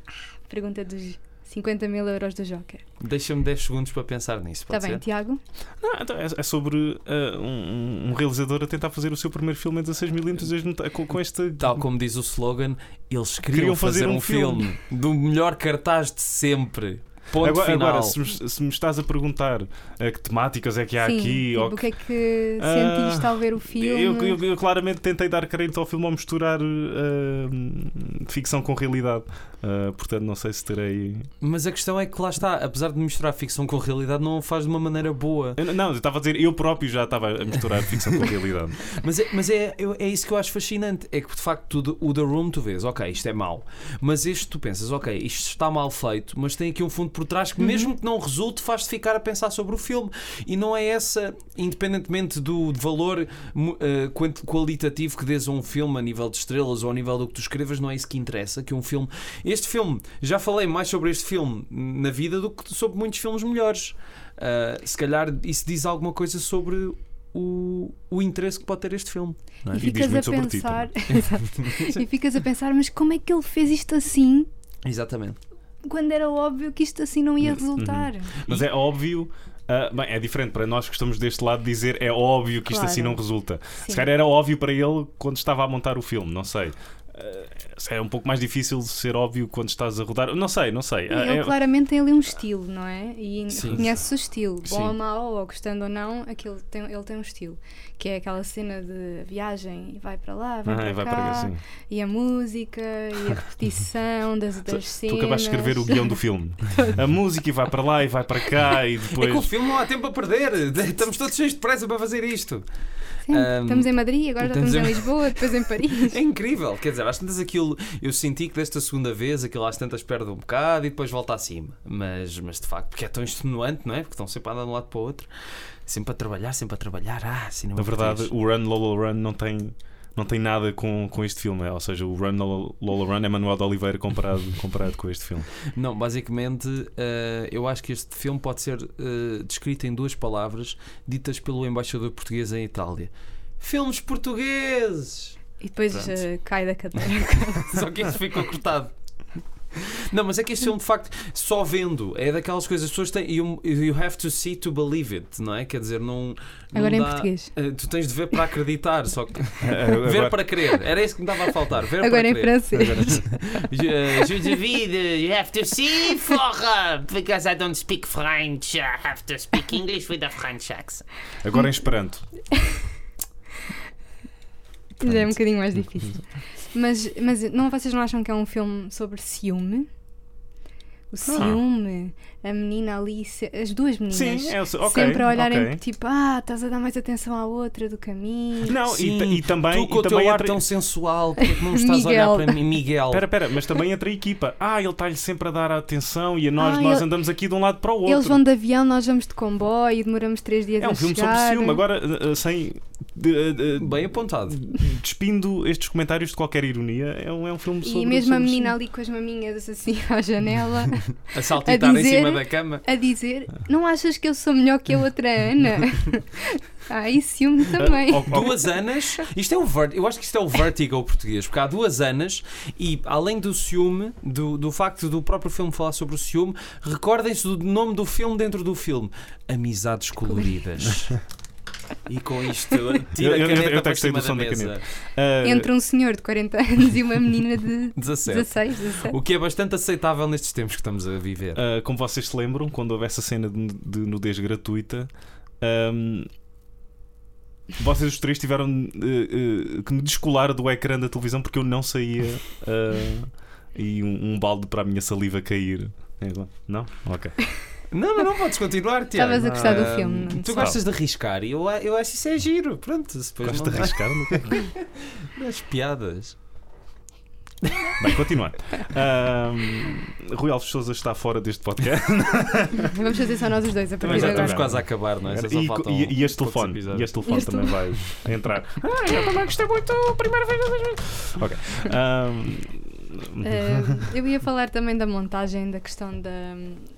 E: Ah, Pergunta dos 50 mil euros do Joker.
D: Deixa-me 10 segundos para pensar nisso,
E: Está
D: pode
E: Tá bem,
D: ser?
E: Tiago?
A: Não, então é, é sobre ah, um, um realizador a tentar fazer o seu primeiro filme em 16mm com, com este.
D: Tal como diz o slogan, eles queriam,
A: Queriam
D: fazer,
A: fazer
D: um
A: um
D: filme. do melhor cartaz de sempre. Ponto
A: agora,
D: final.
A: agora, se, me, se me estás a perguntar ah, que temáticas é que há
E: Sim,
A: aqui.
E: tipo,
A: ou
E: o que é que
A: Ah,
E: sentiste ao ver o filme?
A: Eu, eu- eu claramente tentei dar crédito ao filme ao misturar ah, ficção com realidade. Ah, portanto, não sei se terei.
D: Mas a questão é que lá está, apesar de misturar ficção com realidade, não o faz de uma maneira boa.
A: Eu- não, eu estava a dizer, eu próprio já estava a misturar ficção com realidade.
D: Mas, é, mas é, eu- é isso que eu acho fascinante. É que de facto tu- o The Room tu vês, ok, isto é mau. Mas este tu pensas, ok, isto está mal feito, mas tem aqui um fundo por trás que, mesmo que não resulte, faz-te ficar a pensar sobre o filme. E não é essa, independentemente do valor mu- eh, quant- qualitativo que dês a um filme a nível de estrelas ou a nível do que tu escrevas, não é isso que interessa. Que um filme. Este filme, já falei mais sobre este filme na vida do que sobre muitos filmes melhores. Ah, se calhar isso diz alguma coisa sobre o, o interesse que pode ter este filme. não é?
E: E
A: diz
E: ficas a
A: muito sobre ti
E: pensar. Exato. e ficas a pensar, mas como é que ele fez isto assim
D: Exatamente.
E: quando era óbvio que isto assim não ia
A: Uhum.
E: resultar?
A: Mas é óbvio. ah, bem, é diferente para nós que estamos deste lado dizer é óbvio que isto
E: Claro.
A: assim não resulta.
E: Sim.
A: Se calhar era óbvio para ele quando estava a montar o filme, não sei. É um pouco mais difícil ser óbvio quando estás a rodar. Não sei, não sei.
E: E
A: Ah,
E: ele
A: é-
E: claramente tem ali um estilo, não é? E
D: Sim.
E: reconhece o estilo, bom
A: Sim.
E: ou mau, ou gostando ou não, aquilo tem, ele tem um estilo. Que é aquela cena de viagem e vai para lá, vai
A: Ah,
E: para
A: vai
E: cá,
A: para cá, sim.
E: e a música, e a repetição das, das
A: Tu
E: cenas.
A: acabaste de escrever o guião do filme. A música e vai para lá e vai para cá e
D: É que o
A: depois.
D: filme não há tempo a perder. Estamos todos cheios de pressa para fazer isto.
E: Sim,
D: Ahm,
E: estamos em Madrid, agora já
D: estamos
E: estamos em
D: em-
E: Lisboa, depois em Paris.
D: É incrível. Quer dizer, às tantas aquilo. Eu senti que desta segunda vez aquilo às tantas perde um bocado e depois volta acima. Mas, mas de facto, porque é tão extenuante, não é? Porque estão sempre a andar de um lado para o outro. Sempre a trabalhar, sempre a trabalhar. Ah, cinema
A: Na verdade,
D: português.
A: o Run Lola Run não tem, não tem nada com, com este filme. é? Ou seja, o Run Lola, Lola Run é Manuel de Oliveira comparado, comparado com este filme.
D: Não, basicamente, eh, eu acho que este filme pode ser eh, descrito em duas palavras ditas pelo embaixador português em Itália: Filmes portugueses!
E: E depois
D: Pronto.
E: eh, cai da cadeira.
D: Só que isto ficou cortado. Não, mas é que este filme, de facto, só vendo, é daquelas coisas as pessoas têm. You, you have to see to believe it, não é? Quer dizer, não. não
E: Agora é em
D: dá-
E: português.
D: Eh, tu tens de ver para acreditar, só que. Ver
A: Agora-
D: para crer, era isso que me estava a faltar. Ver
E: Agora é
D: para
E: em
D: crer.
E: francês.
D: Eh, je- je vis de-
B: You have to see for because I don't speak French. I have to speak English with a French accent.
A: Agora em Esperanto.
E: Já é um bocadinho mais difícil. Mas, mas não, vocês não acham que é um filme sobre ciúme?
A: Ah.
E: O ciúme, a menina ali, se- as duas meninas.
A: Sim, é, ok.
E: sempre a olharem
A: ok.
E: tipo, ah, estás a dar mais atenção à outra do caminho.
A: Não,
D: Sim,
A: e, ta- e também.
D: tu com
A: e
D: o teu
A: também
D: ar
A: entre-
D: tão sensual, porque é que não estás a olhar
E: Miguel.
D: para mim, Miguel?
A: Espera, espera, mas também entre a equipa. Ah, ele está-lhe sempre a dar a atenção e a nós,
E: Ah,
A: nós
E: ele-
A: andamos aqui de um lado para o outro.
E: Eles vão de avião, nós vamos de comboio, demoramos três dias
A: É
E: a
A: um filme sobre
E: chegar.
A: ciúme. Agora, eh, eh, sem. de- eh, de-
D: Bem apontado.
A: Despindo estes comentários de qualquer ironia, é um, é um filme sobre.
E: E mesmo a
A: sobre
E: menina ali com as maminhas assim à janela
D: A saltitar em
E: dizer-
D: cima da cama.
E: a dizer: Não achas que eu sou melhor que a outra Ana? Ai, ciúme também.
A: ciúme. Ah, ok.
D: Duas anas, isto é o ver, eu acho que isto é o vertigo português, porque há duas anas e além do ciúme, do, do facto do próprio filme falar sobre o ciúme, recordem-se do nome do filme dentro do filme: Amizades Coloridas. E com isto,
A: Eu-
D: tira
A: eu-
D: a
A: eu-
D: caneta
A: eu até
D: para
A: gostei
D: cima
A: do som
D: da
A: da
D: mesa.
A: Ah,
E: Entre um senhor de 40 anos e uma menina de
D: 17.
E: 16, 17.
D: O que é bastante aceitável nestes tempos que estamos a viver.
A: Uh, como vocês se lembram, quando houve essa cena de, de nudez gratuita, um, vocês os três tiveram uh, uh, que me descolar do ecrã da televisão porque eu não saía ah, uh, e um, um balde para a minha saliva cair. É igual. Não? Ok.
D: Não, não, não podes continuar, Tiago.
E: Estavas a gostar do
D: Ah,
E: filme, não
D: Tu
E: sei.
D: gostas de arriscar e eu, eu acho isso é giro. Pronto, se depois
A: Gosto
D: não
A: de arriscar. não quero.
D: das piadas.
A: Bem, continuar. Ahm, Rui Alves Souza está fora deste podcast.
E: Vamos fazer só nós os dois a
A: Também
D: Mas
E: partir
D: já
E: de
A: já
D: estamos
E: agora.
A: agora.
D: quase a acabar, não é? Já só
A: E,
D: faltam
A: e- e este
D: poucos
A: telefone.
D: episódios.
A: E este telefone
E: Este
A: também vai entrar. Ah, eu também gostei muito a primeira vez. a mesma- Ok. Ahm,
E: Ah, eu ia falar também da montagem, da questão da.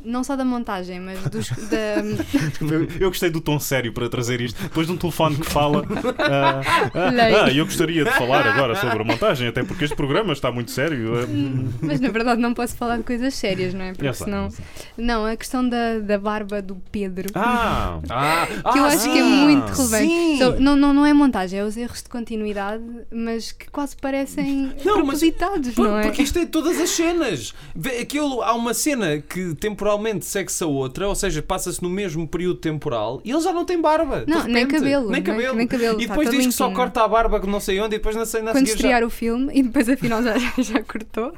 E: Não só da montagem, mas dos, da.
A: Eu, eu gostei do tom sério para trazer isto. Depois de um telefone que fala. ah, ah, ah, eu gostaria de falar agora sobre a montagem, até porque este programa está muito sério. ah,
E: Mas na verdade não posso falar de coisas sérias, não é? Porque
A: Eu sei,
E: senão.
A: eu sei.
E: Não, a questão da, da barba do Pedro.
A: Ah!
D: Ah,
E: que eu
D: ah,
E: acho que é
D: sim!
E: muito relevante.
D: Sim.
E: Então, não, não, não é montagem, é os erros de continuidade, mas que quase parecem
D: Não, mas-
E: propositados,
D: Por-
E: não é?
D: Porque isto é todas as cenas. Vê, Aquilo, há uma cena que temporalmente segue-se a outra, ou seja, passa-se no mesmo período temporal e ele já não tem barba. de
E: Não, nem
D: repente.
E: cabelo,
D: Nem
E: nem-
D: cabelo.
E: nem cabelo,
D: E
E: tá
D: depois
E: todo
D: diz que só
E: limpinho.
D: corta a barba que não sei onde e depois na cena a
E: Quando
D: seguir já-
E: estrear o filme e depois afinal já, já, já cortou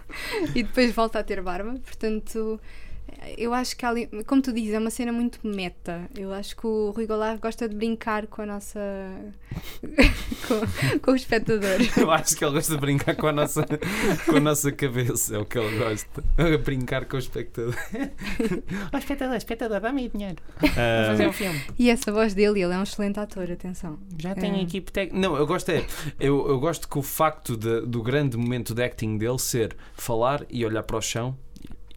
E: e depois volta a ter barba, portanto eu acho que há ali, como tu dizes, é uma cena muito meta. Eu acho que o Rui Goulart gosta de brincar com a nossa com, com o espectador.
D: Eu acho que ele gosta de brincar com a nossa, com a nossa cabeça, é o que ele gosta. A brincar com o espectador.
B: Ó, espectador, espectador, dá-me aí dinheiro. Vou
A: ah,
B: fazer um filme.
E: E essa voz dele, ele é um excelente ator, atenção.
B: Já tenho
E: É.
B: equipe técnica.
D: Não, eu gosto é. Eu, eu gosto que o facto de- do grande momento de acting dele ser falar e olhar para o chão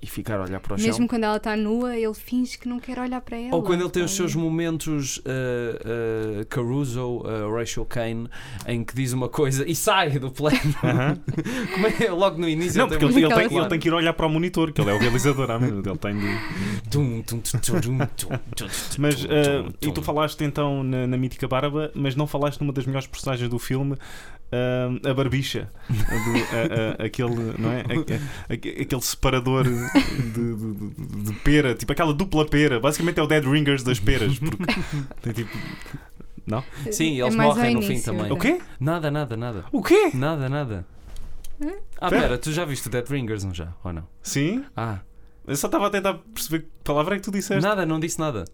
D: e ficar a olhar para o chão.
E: Mesmo quando ela está nua, ele finge que não quer olhar para ela.
D: Ou quando ele tem os seus momentos uh, uh, Caruso, uh, Rachel Kane, em que diz uma coisa e sai do plano. Como é? Logo no início.
A: Não,
D: tem
A: porque ele,
D: uma-
A: ele tem,
E: Aquela-
A: ele tem que ir olhar para o monitor, que ele é o realizador, à medida. Ele tem de...
D: Tum, tum, tum, tum, tum, tum, tum, tum,
A: Mas,
D: tum,
A: ah,
D: tum,
A: e tu
D: tum.
A: falaste então na, na mítica Barba, mas não falaste numa das melhores personagens do filme. ah, a barbicha, do- a- a- aquele, não é? A- a- aquele separador de, de- de- de pera, tipo aquela dupla pera. Basicamente é o Dead Ringers das peras, porque tem tipo.
D: Sim, eles
E: É mais ao
D: morrem no fim
E: início,
D: também.
E: é.
A: O quê?
D: Nada, nada, nada.
A: O quê?
D: Nada, nada. Ah, pera, tu já viste o Dead Ringers, não já? Ou não?
A: Sim?
D: Ah,
A: Eu só estava a tentar perceber que palavra é que tu disseste.
D: nada, não disse nada.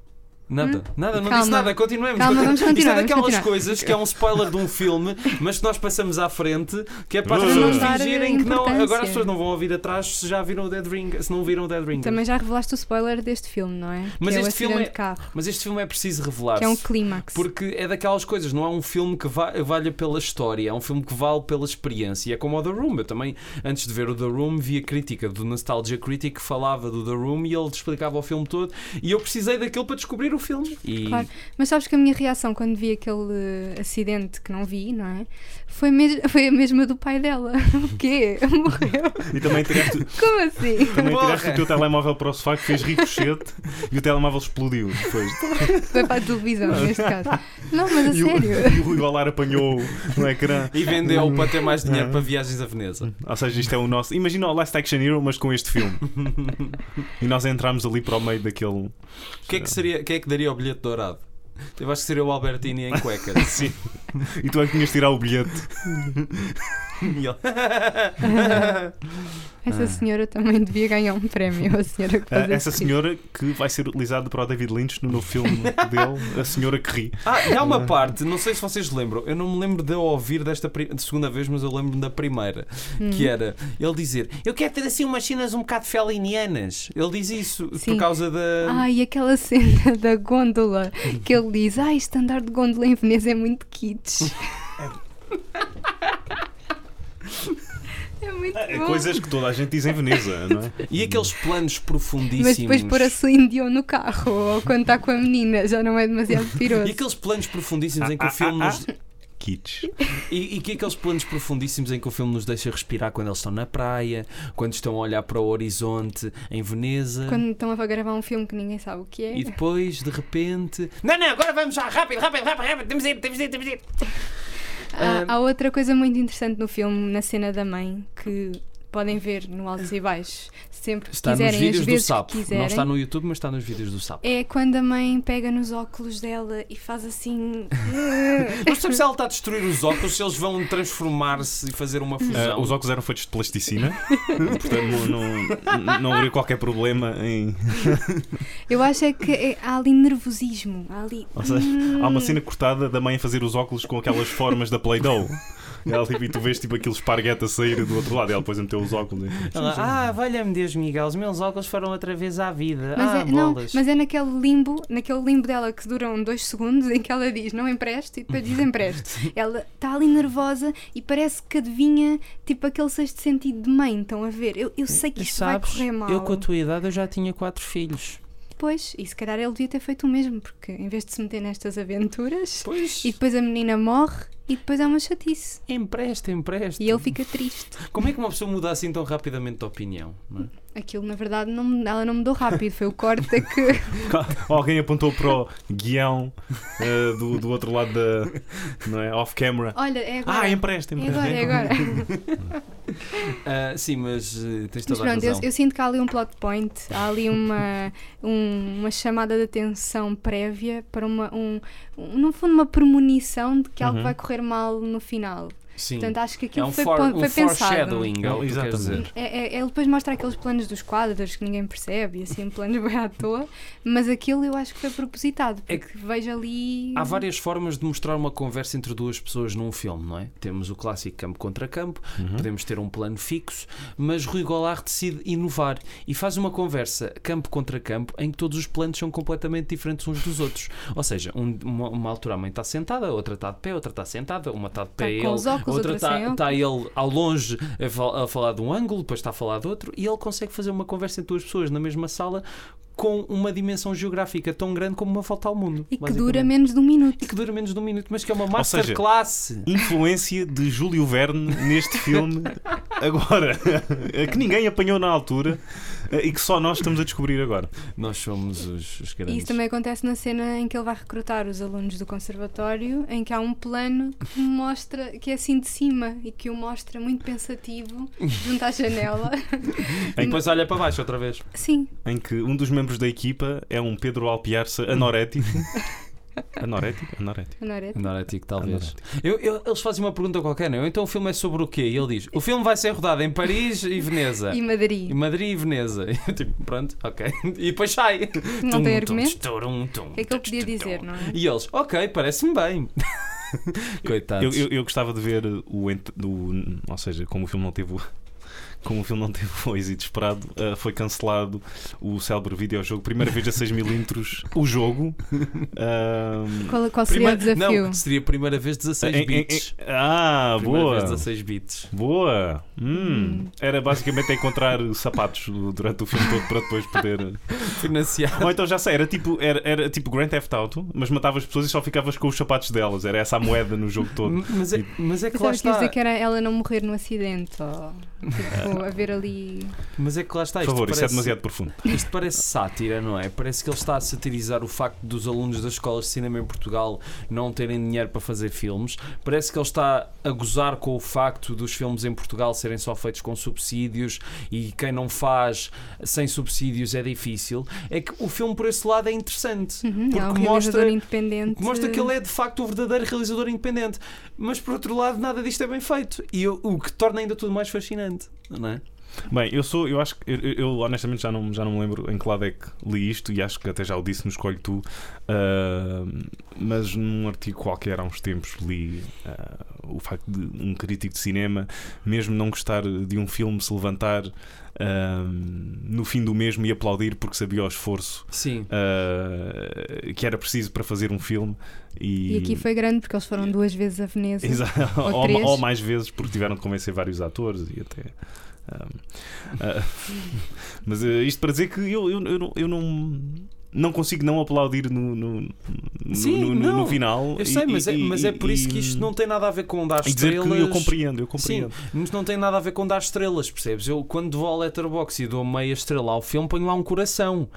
D: Nada, nada, não
E: Hum? Calma.
D: disse nada, continuemos.
E: Calma, vamos
D: Isto é
E: continuar, vamos
D: daquelas
E: continuar.
D: coisas que é um spoiler de um filme, mas que nós passamos à frente, que é para as
A: Para não
D: pessoas
E: dar
D: fingirem que não. Agora as
E: importância.
D: pessoas não vão ouvir atrás se já viram o Dead Ring, se não viram o Dead Ring.
E: Também já revelaste o spoiler deste filme, não é?
D: Mas
E: que é o
D: este filme
E: acidente
D: é-
E: de carro,
D: Mas este filme é preciso revelar.
E: que é um clímax.
D: Porque é daquelas coisas, não é um filme que va- valha pela história, é um filme que vale pela experiência. É como o The Room. Eu também, antes de ver o The Room, vi a crítica do Nostalgia Critic que falava do The Room e ele explicava o filme todo. E eu precisei daquilo para descobrir o filme. E
E: Claro. Mas sabes que a minha reação quando vi aquele eh, acidente que não vi, não é? Foi, mes- foi a mesma do pai dela. O quê? Morreu?
A: E também tiraste,
E: Como assim?
A: também
D: Porra.
A: tiraste o teu telemóvel para o sofá que fez ricochete e o telemóvel explodiu depois.
E: Foi para a televisão, neste caso. Não, mas a
A: E o,
E: sério.
A: e o Rui Golar apanhou no ecrã.
D: E vendeu para ter mais dinheiro para viagens a Veneza.
A: Ou seja, isto é o nosso. Imagina o Last Action Hero, mas com este filme. e nós entramos ali para o meio daquele.
D: O que é que, seria, quem é que daria o bilhete dourado? Eu acho que seria o Albertini em cueca.
A: Sim. E tu é que tinhas de tirar o bilhete.
D: E ele-
E: Essa senhora também devia ganhar um prémio, a senhora que
A: Ah,
E: faz
A: essa
E: esse
A: senhora que vai ser utilizada para o David Lynch no novo filme dele, A Senhora que Ri.
D: Ah, e há uma parte, não sei se vocês lembram, eu não me lembro de eu ouvir desta pri- de segunda vez, mas eu lembro-me da primeira,
E: Hum.
D: que
A: é-
D: era ele dizer: Eu quero ter assim umas cenas um bocado felinianas. Ele diz isso por
E: Sim.
D: causa da.
E: Ai, aquela cena da gôndola que ele diz: Ai, este andar de gôndola em Veneza é muito kitsch. é muito bom.
A: Ah, Coisas que toda a gente diz em Veneza, não é?
D: E aqueles planos profundíssimos.
E: Mas depois pôr a Celine Dion no carro ou quando está com a menina já não é demasiado piroso.
D: E aqueles planos profundíssimos em que
A: Ah,
D: o
A: ah,
D: filme
A: ah,
D: nos.
A: Kitsch.
D: E, e que é aqueles planos profundíssimos em que o filme nos deixa respirar quando eles estão na praia, quando estão a olhar para o horizonte em Veneza.
E: Quando estão a gravar um filme que ninguém sabe o que é.
D: E depois, de repente.
B: Não, não, agora vamos já, rápido, rápido, rápido, rápido. Temos de ir, temos de ir, temos de ir.
D: ah,
E: Há, há outra coisa muito interessante no filme, na cena da mãe, que podem ver no Altos e Baixos, sempre que
D: Está nos
E: quiserem, as
D: vídeos do
E: vezes
D: sapo.
E: que
D: Não
E: quiserem.
D: está no YouTube, mas está nos vídeos do sapo.
E: É quando a mãe pega nos óculos dela e faz assim.
D: Mas sabe se ela está a destruir os óculos, se eles vão transformar-se e fazer
E: É,
D: uma
A: Ah,
D: fusão.
A: os óculos eram feitos de plasticina, portanto não, não, não havia qualquer problema em.
E: Eu acho é que é- há ali nervosismo. Há ali.
A: Ou seja, há uma cena cortada da mãe a fazer os óculos com aquelas formas da Play-Doh. Ela, tipo, e tu vês tipo aquele esparguete a sair do outro lado e ela depois meteu os óculos. né?
B: Ela, ah, valha-me Deus, Miguel, os meus óculos foram outra vez à vida.
E: Mas,
B: ah,
E: é, não,
B: bolas.
E: mas é naquele limbo, naquele limbo dela que duram dois segundos em que ela diz não empresto e depois diz empresto. Ela está ali nervosa e parece que adivinha tipo aquele sexto sentido de mãe, estão a ver? Eu, eu sei que
B: E
E: isto
B: sabes,
E: vai correr mal.
B: eu com a tua idade eu já tinha quatro filhos.
E: Pois, e se calhar ele devia ter feito o mesmo, porque em vez de se meter nestas aventuras
D: Pois,
E: e depois a menina morre e depois há uma chatice.
D: empresta, empresta.
E: E ele fica triste.
D: Como é que uma pessoa muda assim tão rapidamente de opinião? não é?
E: Aquilo, na verdade, não, ela não mudou rápido. Foi o corte é que.
A: Ou alguém apontou para o guião ah, do, do outro lado da. Não é? Off-camera.
E: Olha, é agora.
A: Ah, empresta,
E: é
A: empresta.
E: agora, é agora.
D: Ah, sim, mas eh, tens
E: Mas
D: toda a
E: pronto, eu,
D: razão.
E: eu sinto que há ali um plot point, há ali uma, um- uma chamada de atenção prévia para uma. Um, um- no fundo, uma premonição de que algo
A: Uhum.
E: vai correr mal no final.
D: Sim.
E: Portanto, acho que
D: é
E: aquilo
D: um,
E: foi,
D: for-
E: pon-
D: um
E: foi pensado.
D: foreshadowing, é o que tu queres
A: Exatamente.
D: dizer.
E: É, é- ele depois mostra aqueles planos dos quadros que ninguém percebe, e assim, planos bem à toa, mas aquilo eu acho que foi propositado, porque
D: É
E: vejo ali.
D: Há várias formas de mostrar uma conversa entre duas pessoas num filme, não é? Temos o clássico campo contra campo, podemos ter um plano fixo, mas Rui Goulart decide inovar e faz uma conversa campo contra campo em que todos os planos são completamente diferentes uns dos outros. Ou seja, um- uma, uma altura a mãe está sentada, a outra está de pé, a outra está sentada, uma está de pé
E: com
D: ele,
E: os
D: a outra
E: óculos, outra
D: está,
E: sem
D: está ele ao longe a, fal- a falar de um ângulo, depois está a falar de outro, e ele consegue fazer uma conversa entre duas pessoas na mesma sala com uma dimensão geográfica tão grande como uma volta ao mundo.
E: E que
D: basicamente
E: dura menos de um minuto.
D: e que dura menos de um minuto, mas que é uma
A: Ou seja,
D: masterclass.
A: Influência de Júlio Verne neste filme, agora, eh, que ninguém apanhou na altura eh, e que só nós estamos a descobrir agora.
D: Nós somos os, os
E: E
D: grandes.
E: isso também acontece na cena em que ele vai recrutar os alunos do conservatório, em que há um plano que mostra, que é assim de cima, e que o mostra muito pensativo, junto à janela.
D: E depois olha para baixo outra vez.
E: Sim,
A: em que um dos membros da equipa é um Pedro Alpiarça anorético. anorético? Anorético.
E: Honorete.
D: Anorético, talvez. Eu, eu- eles fazem uma pergunta qualquer, não? é? Então o filme é sobre o quê? E ele diz: o filme vai ser rodado em Paris e Veneza.
E: E
D: E...
E: Madrid.
D: Madrid e Veneza. E eu, tipo, pronto, ok. E depois sai.
E: Não tem argumento?
D: Tum, tum,
E: O que é que ele podia
D: tum, tum,
E: dizer,
D: tum.
E: não é?
D: um E eles, ok, parece-me bem.
A: Eu,
D: Coitados.
A: eu, eu gostava de ver o, ent- do- Ou seja, como o filme não teve. o- Como o filme não teve o êxito esperado, ah, foi cancelado o célebre videojogo. Primeira vez a 6mm o jogo. Ah,
E: Qual, qual seria
D: Primeiro-
E: o desafio?
D: Não, seria a primeira vez 16
A: em- em- em-
D: bits.
A: ah,
D: Primeira
A: boa!
D: vez 16 bits.
A: Boa! Hum. Era basicamente encontrar sapatos durante o filme todo para depois poder.
D: Financiar.
A: Ou então já sei, era tipo, era, era tipo Grand Theft Auto, mas matavas pessoas e só ficavas com os sapatos delas. Era essa a moeda no jogo todo.
D: Mas é, mas é que lá
E: Pensava que ias
D: está.
E: dizer que era ela não morrer no acidente, ou tipo, haver ali.
D: Mas é que lá está.
A: Por
D: Isto
A: favor, isso é
D: parece-
A: demasiado profundo.
D: Isto parece sátira, não é? Parece que ele está a satirizar o facto dos alunos das escolas de cinema em Portugal não terem dinheiro para fazer filmes. Parece que ele está a gozar com o facto dos filmes em Portugal serem só feitos com subsídios e quem não faz sem subsídios é difícil. É que o filme, por esse lado, é interessante.
E: Uhum, há um
D: porque
E: realizador
D: mostra.
E: independente.
D: que Mostra que ele é de facto o verdadeiro realizador independente, mas por outro lado, nada disto é bem feito e o- o que torna ainda tudo mais fascinante, não é?
A: Bem, eu sou, eu acho que eu, eu- eu honestamente já não, já não me lembro em que lado é que li isto e acho que até já o disse no Escolho Tu, ah, mas num artigo qualquer há uns tempos li ah, o facto de um crítico de cinema, mesmo não gostar de um filme, se levantar ah, no fim do mesmo e aplaudir porque sabia o esforço
D: Sim.
A: uh, que era preciso para fazer um filme e,
E: E aqui foi grande porque eles foram duas vezes a Veneza.
A: Exa-
E: Ou
A: ou,
E: três.
A: ou mais vezes porque tiveram de convencer vários atores e até um, ah, mas eh, isto para dizer que eu, eu, eu, não- eu não não consigo não aplaudir no, no, no-
D: Sim,
A: no- no-
D: não.
A: no final
D: Eu sei,
A: e-
D: mas, é,
A: e-
D: mas é por
A: e-
D: isso que isto não tem nada a ver com dar
A: e dizer
D: estrelas.
A: que eu compreendo eu
D: Sim,
A: compreendo
D: mas não tem nada a ver com dar estrelas, percebes? Eu, quando vou ao Letterboxd e dou meia estrela ao filme, ponho lá um coração.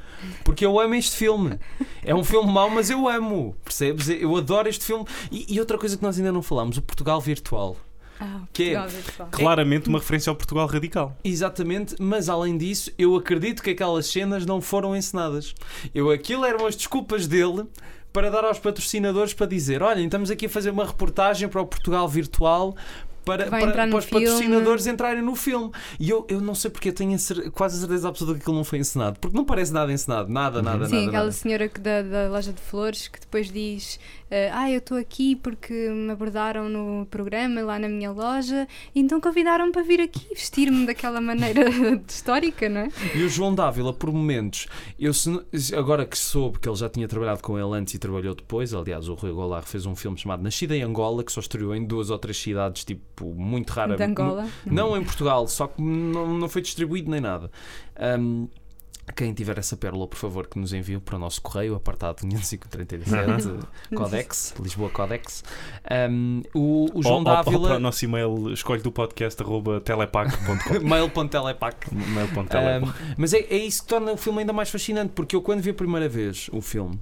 D: Porque eu amo este filme. É um filme mau, mas eu amo, percebes? Eu adoro este filme. E, e outra coisa que nós ainda não falámos, o Portugal Virtual.
E: Ah,
D: Que é-
E: Portugal, pessoal.
A: Claramente uma referência ao Portugal radical.
D: Exatamente, mas além disso, eu acredito que aquelas cenas não foram encenadas. Eu, aquilo eram as desculpas dele para dar aos patrocinadores para dizer: olhem, estamos aqui a fazer uma reportagem para o Portugal Virtual. Para,
E: Que vai
D: para,
E: entrar no
D: para os
E: filme."
D: patrocinadores entrarem no filme. E eu, eu não sei porque eu tenho a cer- quase a certeza absoluta que aquilo não foi encenado. Porque não parece nada encenado. Nada, nada,
E: Sim,
D: nada.
E: aquela
D: nada.
E: senhora que da, da loja de flores que depois diz: eh, Ah, eu estou aqui porque me abordaram no programa lá na minha loja, e então convidaram-me para vir aqui vestir-me daquela maneira histórica, não é?
D: E o João Dávila, por momentos, eu se não- agora que soube que ele já tinha trabalhado com ele antes e trabalhou depois, aliás, o Rui Goulart fez um filme chamado Nascida em Angola, que só estreou em duas ou três cidades, tipo, muito rara.
E: De Angola.
D: Não em Portugal, só que não, não foi distribuído nem nada. Ahm, quem tiver essa pérola, por favor, que nos envie para o nosso correio, apartado 537, Codex, Lisboa Codex. Ahm, o, o
A: Ou- ou-
D: João
A: ou para o
D: Dávila,
A: nosso e-mail escolhe do podcast arroba telepac.com.
D: mail.telepac.
A: mail.telepac.
D: Ahm, mas é, é isso que torna o filme ainda mais fascinante, porque eu quando vi a primeira vez o filme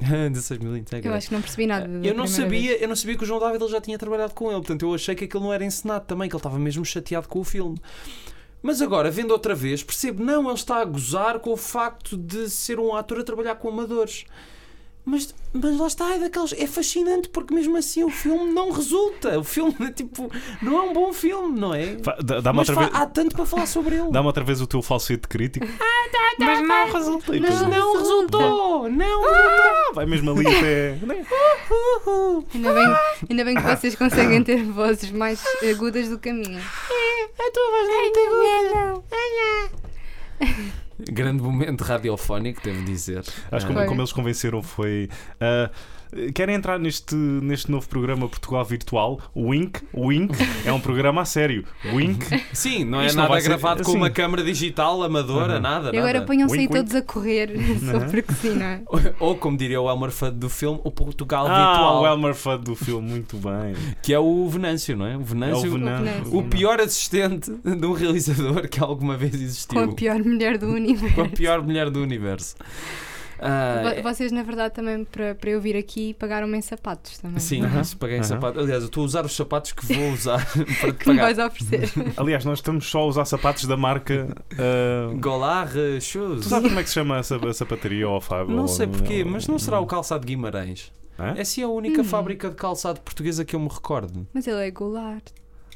D: 16 mil
E: Eu acho que não percebi nada. da
D: eu não
E: primeira
D: sabia,
E: vez.
D: eu não sabia que o João Dávila já tinha trabalhado com ele, portanto eu achei que aquilo não era encenado também, que ele estava mesmo chateado com o filme. Mas agora, vendo outra vez, percebo, não, ele está a gozar com o facto de ser um ator a trabalhar com amadores. Mas, mas lá está, é daqueles. É fascinante porque mesmo assim o filme não resulta. O filme, tipo, não é um bom filme, não é?
A: Fa- dá- Dá-me
D: Mas
A: outra,
D: fa-
A: vez-
D: há tanto para falar sobre ele.
A: dá-me outra vez o teu falsete crítico. Mas não resulta. E
D: Mas
A: depois-
D: não resultou! Não
A: Ah, vai mesmo ali até. né?
D: resultou!
E: Ainda bem, ainda bem que vocês conseguem ter vozes mais agudas do que a minha.
D: A tua voz
B: é
D: não tem
B: Ah,
D: Grande momento radiofónico, devo dizer.
A: Acho que
E: Foi.
A: como, como eles convenceram foi. ah, Querem entrar neste, neste novo programa Portugal Virtual? Wink, Wink, é um programa a sério. Wink,
D: Sim, não é
A: Ah. Isto não
D: nada
A: vai ser-
D: gravado com
A: sim.
D: uma câmara digital amadora,
A: Uhum.
D: nada.
E: E agora
D: nada.
E: ponham-se aí
A: Wink, wink.
E: todos a correr,
D: Uhum.
E: só porque sim, não é?
D: Ou como diria o Elmer Fudd do filme, o Portugal
A: ah,
D: Virtual,
A: o Elmer Fudd do filme, muito bem.
D: que é o Venâncio, não é? O
A: É o
D: Venâncio,
A: Venan-
E: Venâncio.
D: o pior assistente de um realizador que alguma vez existiu.
E: Com a pior mulher do universo.
D: Com a pior mulher do universo. Ah,
E: Vo- Vocês, na verdade, também para, para eu vir aqui pagaram-me em sapatos também.
D: é, Sim,
A: Aham.
D: isso, paguei em
A: Aham.
D: sapatos. Aliás, eu estou a usar os sapatos que vou usar para te
E: Que me
D: pagar.
E: vais oferecer.
A: Aliás, nós estamos só a usar sapatos da marca. ah,
D: Golar eh, shoes.
A: tu sabes como é que se chama a sa- a sapataria ou a fábrica?
D: Não
A: ou-
D: sei porquê,
A: ou-
D: mas não será o calçado Guimarães?
A: Hã?
D: Essa é a única
E: Hum.
D: fábrica de calçado portuguesa que eu me recordo.
E: Mas ele é Goulart.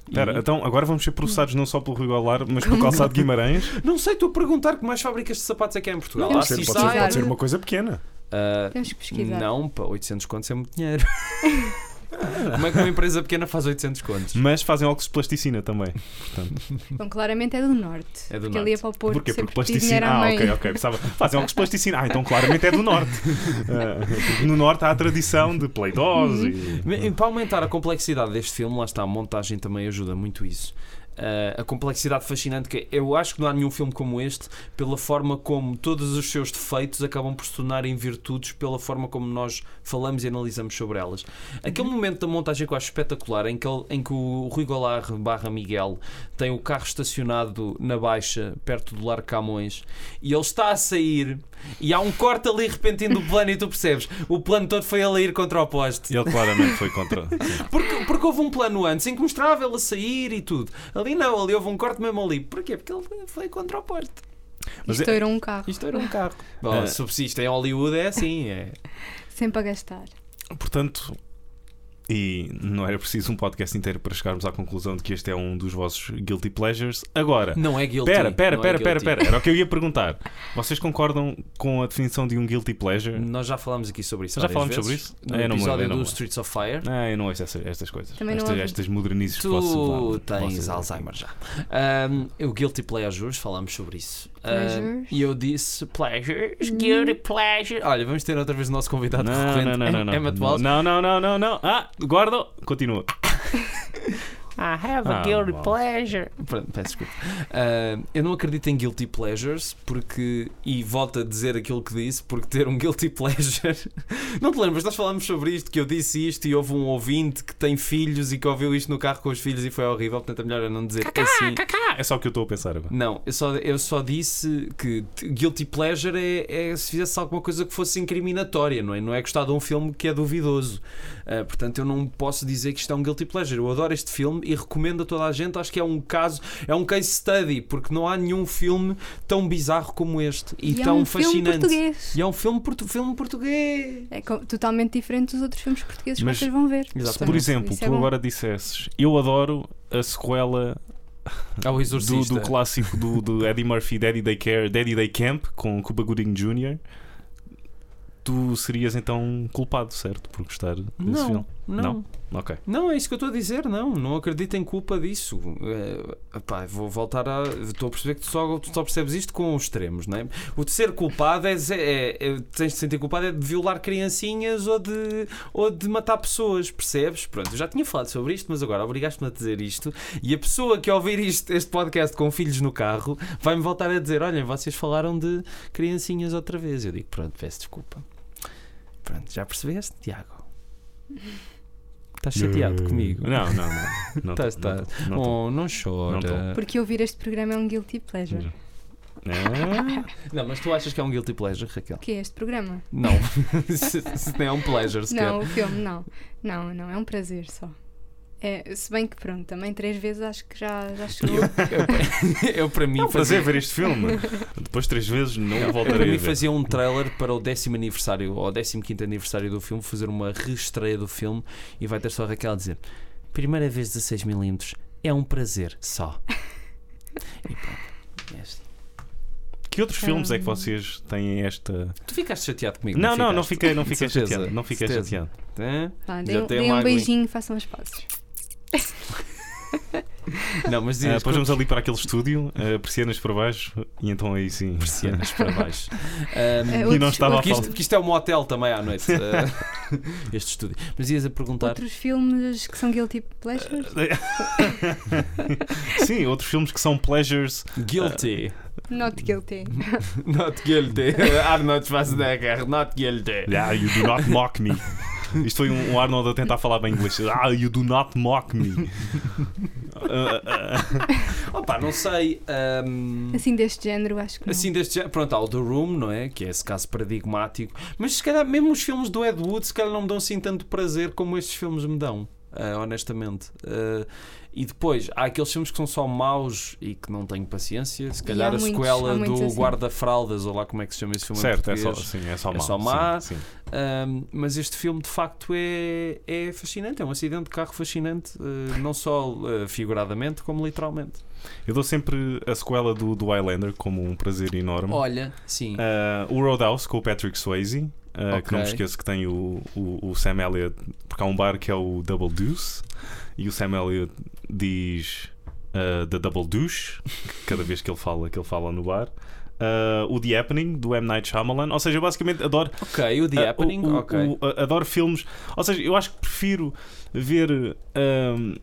A: Espera,
D: E-
A: então agora vamos ser processados não só pelo Rui Golar, mas pelo calçado de Guimarães.
D: Não sei, estou a perguntar que mais fábricas de sapatos é que há em Portugal.
E: Não,
D: Há
E: pode ser,
D: Sisai.
E: pode ser.
A: coisa pequena.
D: Ah,
E: Temos que pesquisar.
D: não, pá, 800 contos é muito dinheiro. Como é que uma empresa pequena faz 800 contos?
A: Mas fazem óculos de plasticina também.
E: Então, claramente é do norte.
D: É do
E: porque ali é
D: norte.
E: para o Porto.
A: Porquê?
E: sempre
A: Porque
D: assim,
E: pedi
A: plasticina.
E: dinheiro à
A: Ah,
E: mãe.
A: ok, ok. Pensava, fazem óculos de plasticina. Ah, então claramente é do norte. Ah, porque no norte há a tradição de pleidós
E: Uhum.
A: e.
D: Me- Para aumentar a complexidade deste filme, lá está, a montagem também ajuda muito isso. Ah, a complexidade fascinante que é, eu acho que não há nenhum filme como este, pela forma como todos os seus defeitos acabam por se tornar em virtudes, pela forma como nós falamos e analisamos sobre elas. Aquele momento da montagem que eu acho espetacular, em que, ele- em que o Rui Goulart barra Miguel tem o carro estacionado na baixa, perto do Lar Camões, e ele está a sair, e há um corte ali repentino do plano, e tu percebes, o plano todo foi ele a ir contra o poste.
A: Ele claramente foi contra.
D: Porque, porque houve um plano antes em que mostrava ele a sair e tudo. Ali não, ali houve um corte mesmo ali. Porquê? Porque ele foi contra o porte.
A: Mas é-
E: Isto era um carro.
D: Isto era um carro. Bom,
A: Ah.
D: subsiste em Hollywood é assim. É.
E: Sempre a gastar.
A: Portanto, e não era preciso um podcast inteiro para chegarmos à conclusão de que este é um dos vossos guilty pleasures. Agora,
D: Não é guilty.
A: pera, pera,
D: não é
A: pera, pera,
D: guilty.
A: pera, era o que eu ia perguntar. Vocês concordam com a definição de um guilty pleasure?
D: Nós já falámos aqui sobre isso.
A: Já
D: várias
A: falámos
D: vezes,
A: sobre isso?
D: No
A: É, não me lembro,
D: episódio
A: eu não me
D: do
A: lembro.
D: Streets of Fire.
A: Ah, eu não ouço essas, estas coisas.
E: Também não
A: estas,
E: ouvi.
A: estas modernizes
D: Tu
A: posso- vá,
D: tens
A: posso-
D: Alzheimer já. Ahm, o Guilty Pleasures, falámos sobre isso. Ahm,
E: Pleasures?
D: e eu disse Pleasures,
B: Guilty
D: Guilty
B: pleasure.
D: Olha, vamos ter outra vez o nosso
A: Não,
D: convidado
A: não,
D: recorrente,
A: não, não,
D: Emma
A: não.
D: Towles.
A: Não, não, não, não, não. Ah, guardo. Continua.
B: I have a
A: Ah,
B: guilty
A: bom.
B: pleasure.
D: Pronto, peço desculpa. Ah, eu não acredito em guilty pleasures porque. E volto a dizer aquilo que disse, porque ter um guilty pleasure. Não te lembras? Nós falámos sobre isto, que eu disse isto e houve um ouvinte que tem filhos e que ouviu isto no carro com os filhos e foi horrível, portanto é melhor eu não dizer assim.
A: Ah, é só o que eu estou a pensar agora.
D: Não, eu só, eu só disse que t- guilty pleasure é, é se fizesse alguma coisa que fosse incriminatória, não é? Não é gostar de um filme que é duvidoso. Ah, portanto, eu não posso dizer que isto é um guilty pleasure. Eu adoro este filme e recomendo a toda a gente. Acho que é um caso, é um case study, porque não há nenhum filme tão bizarro como este e,
E: E é
D: tão
E: um filme
D: fascinante.
E: português.
D: E é um filme, portu filme português.
E: É co- totalmente diferente dos outros filmes portugueses
A: Mas-
E: que vocês vão ver.
A: Se,
D: Exatamente.
A: por exemplo,
E: Isso
A: tu
E: é bom.
A: agora dissesses, eu adoro a sequela
F: Ao
A: do,
F: exorcista.
A: do clássico do, do Eddie Murphy, Daddy Day Care, Daddy Day Camp, com Cuba Gooding Jr., tu serias então culpado, certo? Por gostar desse filme.
D: Não, não,
A: Não? Ok.
D: não, é isso que eu estou a dizer. Não, não acredito em culpa disso. Eh, epá, vou voltar a. Estou a perceber que tu só, tu só percebes isto com os extremos, não é? O de ser culpado é, é- é- Tens de sentir culpado é de violar criancinhas ou de, ou de matar pessoas, percebes? Pronto, eu já tinha falado sobre isto, mas agora obrigaste-me a dizer isto. E a pessoa que ouvir isto, este podcast com filhos no carro vai-me voltar a dizer: Olhem, vocês falaram de criancinhas outra vez. Eu digo: Pronto, peço desculpa. Pronto, já percebeste, Tiago? Estás chateado comigo?
A: Não, não, não. não
D: Estás,
A: tô, não
D: estás.
A: tô, Hum, não tô.
D: Oh, não chora.
E: Porque ouvir este programa é um guilty pleasure.
A: Ah,
D: Não, mas tu achas que é um guilty pleasure, Raquel?
E: O que é este programa?
D: Não. se, se não é um pleasure sequer.
E: Não, o filme não. Não, não, é um prazer só. É, se bem que pronto, também três vezes acho que já, já chegou.
D: Eu, eu para mim
A: é um prazer
D: fazia,
A: ver este filme. Depois de três vezes não
D: eu para
A: voltarei a
D: mim
A: ver.
D: fazia um trailer para o décimo aniversário ou décimo quinto aniversário do filme, fazer uma reestreia do filme e vai ter só a Raquel a dizer: primeira vez 16mm, é um prazer só. E pronto. é isto.
A: Que outros filmes é que vocês têm esta.
D: Tu ficaste chateado comigo?
A: Não, não, não fiquei,
D: ficaste?
A: não fiquei
D: Certeza,
A: chateado. Não fiquei
D: certeza.
A: chateado.
D: Hã?
E: Vá,
D: Já
E: Deem
D: tem
E: deem
D: uma
E: um
D: aguinha.
E: beijinho, façam as pazes.
D: Não, mas
A: Ah,
D: dizias
A: depois vamos ali para aquele estúdio, ah, persianas para baixo, e então aí sim.
D: persianas para baixo. Ahm,
E: É,
A: E não estava a
D: que, isto,
A: falar.
D: que isto é um hotel também à noite. eh, este estúdio. Mas ias a perguntar.
E: Outros filmes que são guilty pleasures?
A: Sim, outros filmes que são pleasures.
D: Guilty.
E: Not guilty.
D: Not guilty. Arnold Schwarzenegger. Not guilty.
A: Ah, you do not mock me. Isto foi um, um Arnold a tentar falar bem inglês. Ah, you do not mock me. Ah, ah, ah.
D: Opa, não sei. ahm,
E: Assim deste género, acho que não.
D: Assim deste género, pronto, há o The Room, não é? Que é esse caso paradigmático. Mas se calhar, mesmo os filmes do Ed Wood, se calhar não me dão assim tanto prazer como estes filmes me dão, ah, honestamente. Ah, e depois, há aqueles filmes que são só maus e que não tenho paciência. Se calhar
E: há
D: a
E: muitos,
D: sequela
E: há muitos
D: do
E: assim.
D: Guarda-Fraldas, ou lá como é que se chama esse filme em
A: certo, é só,
D: português.
A: sim, é só
D: É
A: má.
D: só má.
A: Sim, sim.
D: Ahm, mas este filme de facto é, é fascinante, é um acidente de carro fascinante, eh, não só eh, figuradamente como literalmente.
A: Eu dou sempre a sequela do, do Highlander como um prazer enorme.
D: Olha, sim.
A: Ah, o Roadhouse com o Patrick Swayze, ah, que não me
D: Ok.
A: esqueço que tem o, o, o Sam Elliott, porque há um bar que é o Double Deuce, e o Sam Elliott diz ah, The Double Douche, cada vez que ele fala, que ele fala no bar. Ah, o The Happening do M. Night Shyamalan, ou seja, eu basicamente adoro
D: ok, o The
A: ah,
D: Happening,
A: o- o-
D: ok.
A: o- a- adoro filmes. Ou seja, eu acho que prefiro ver ahm,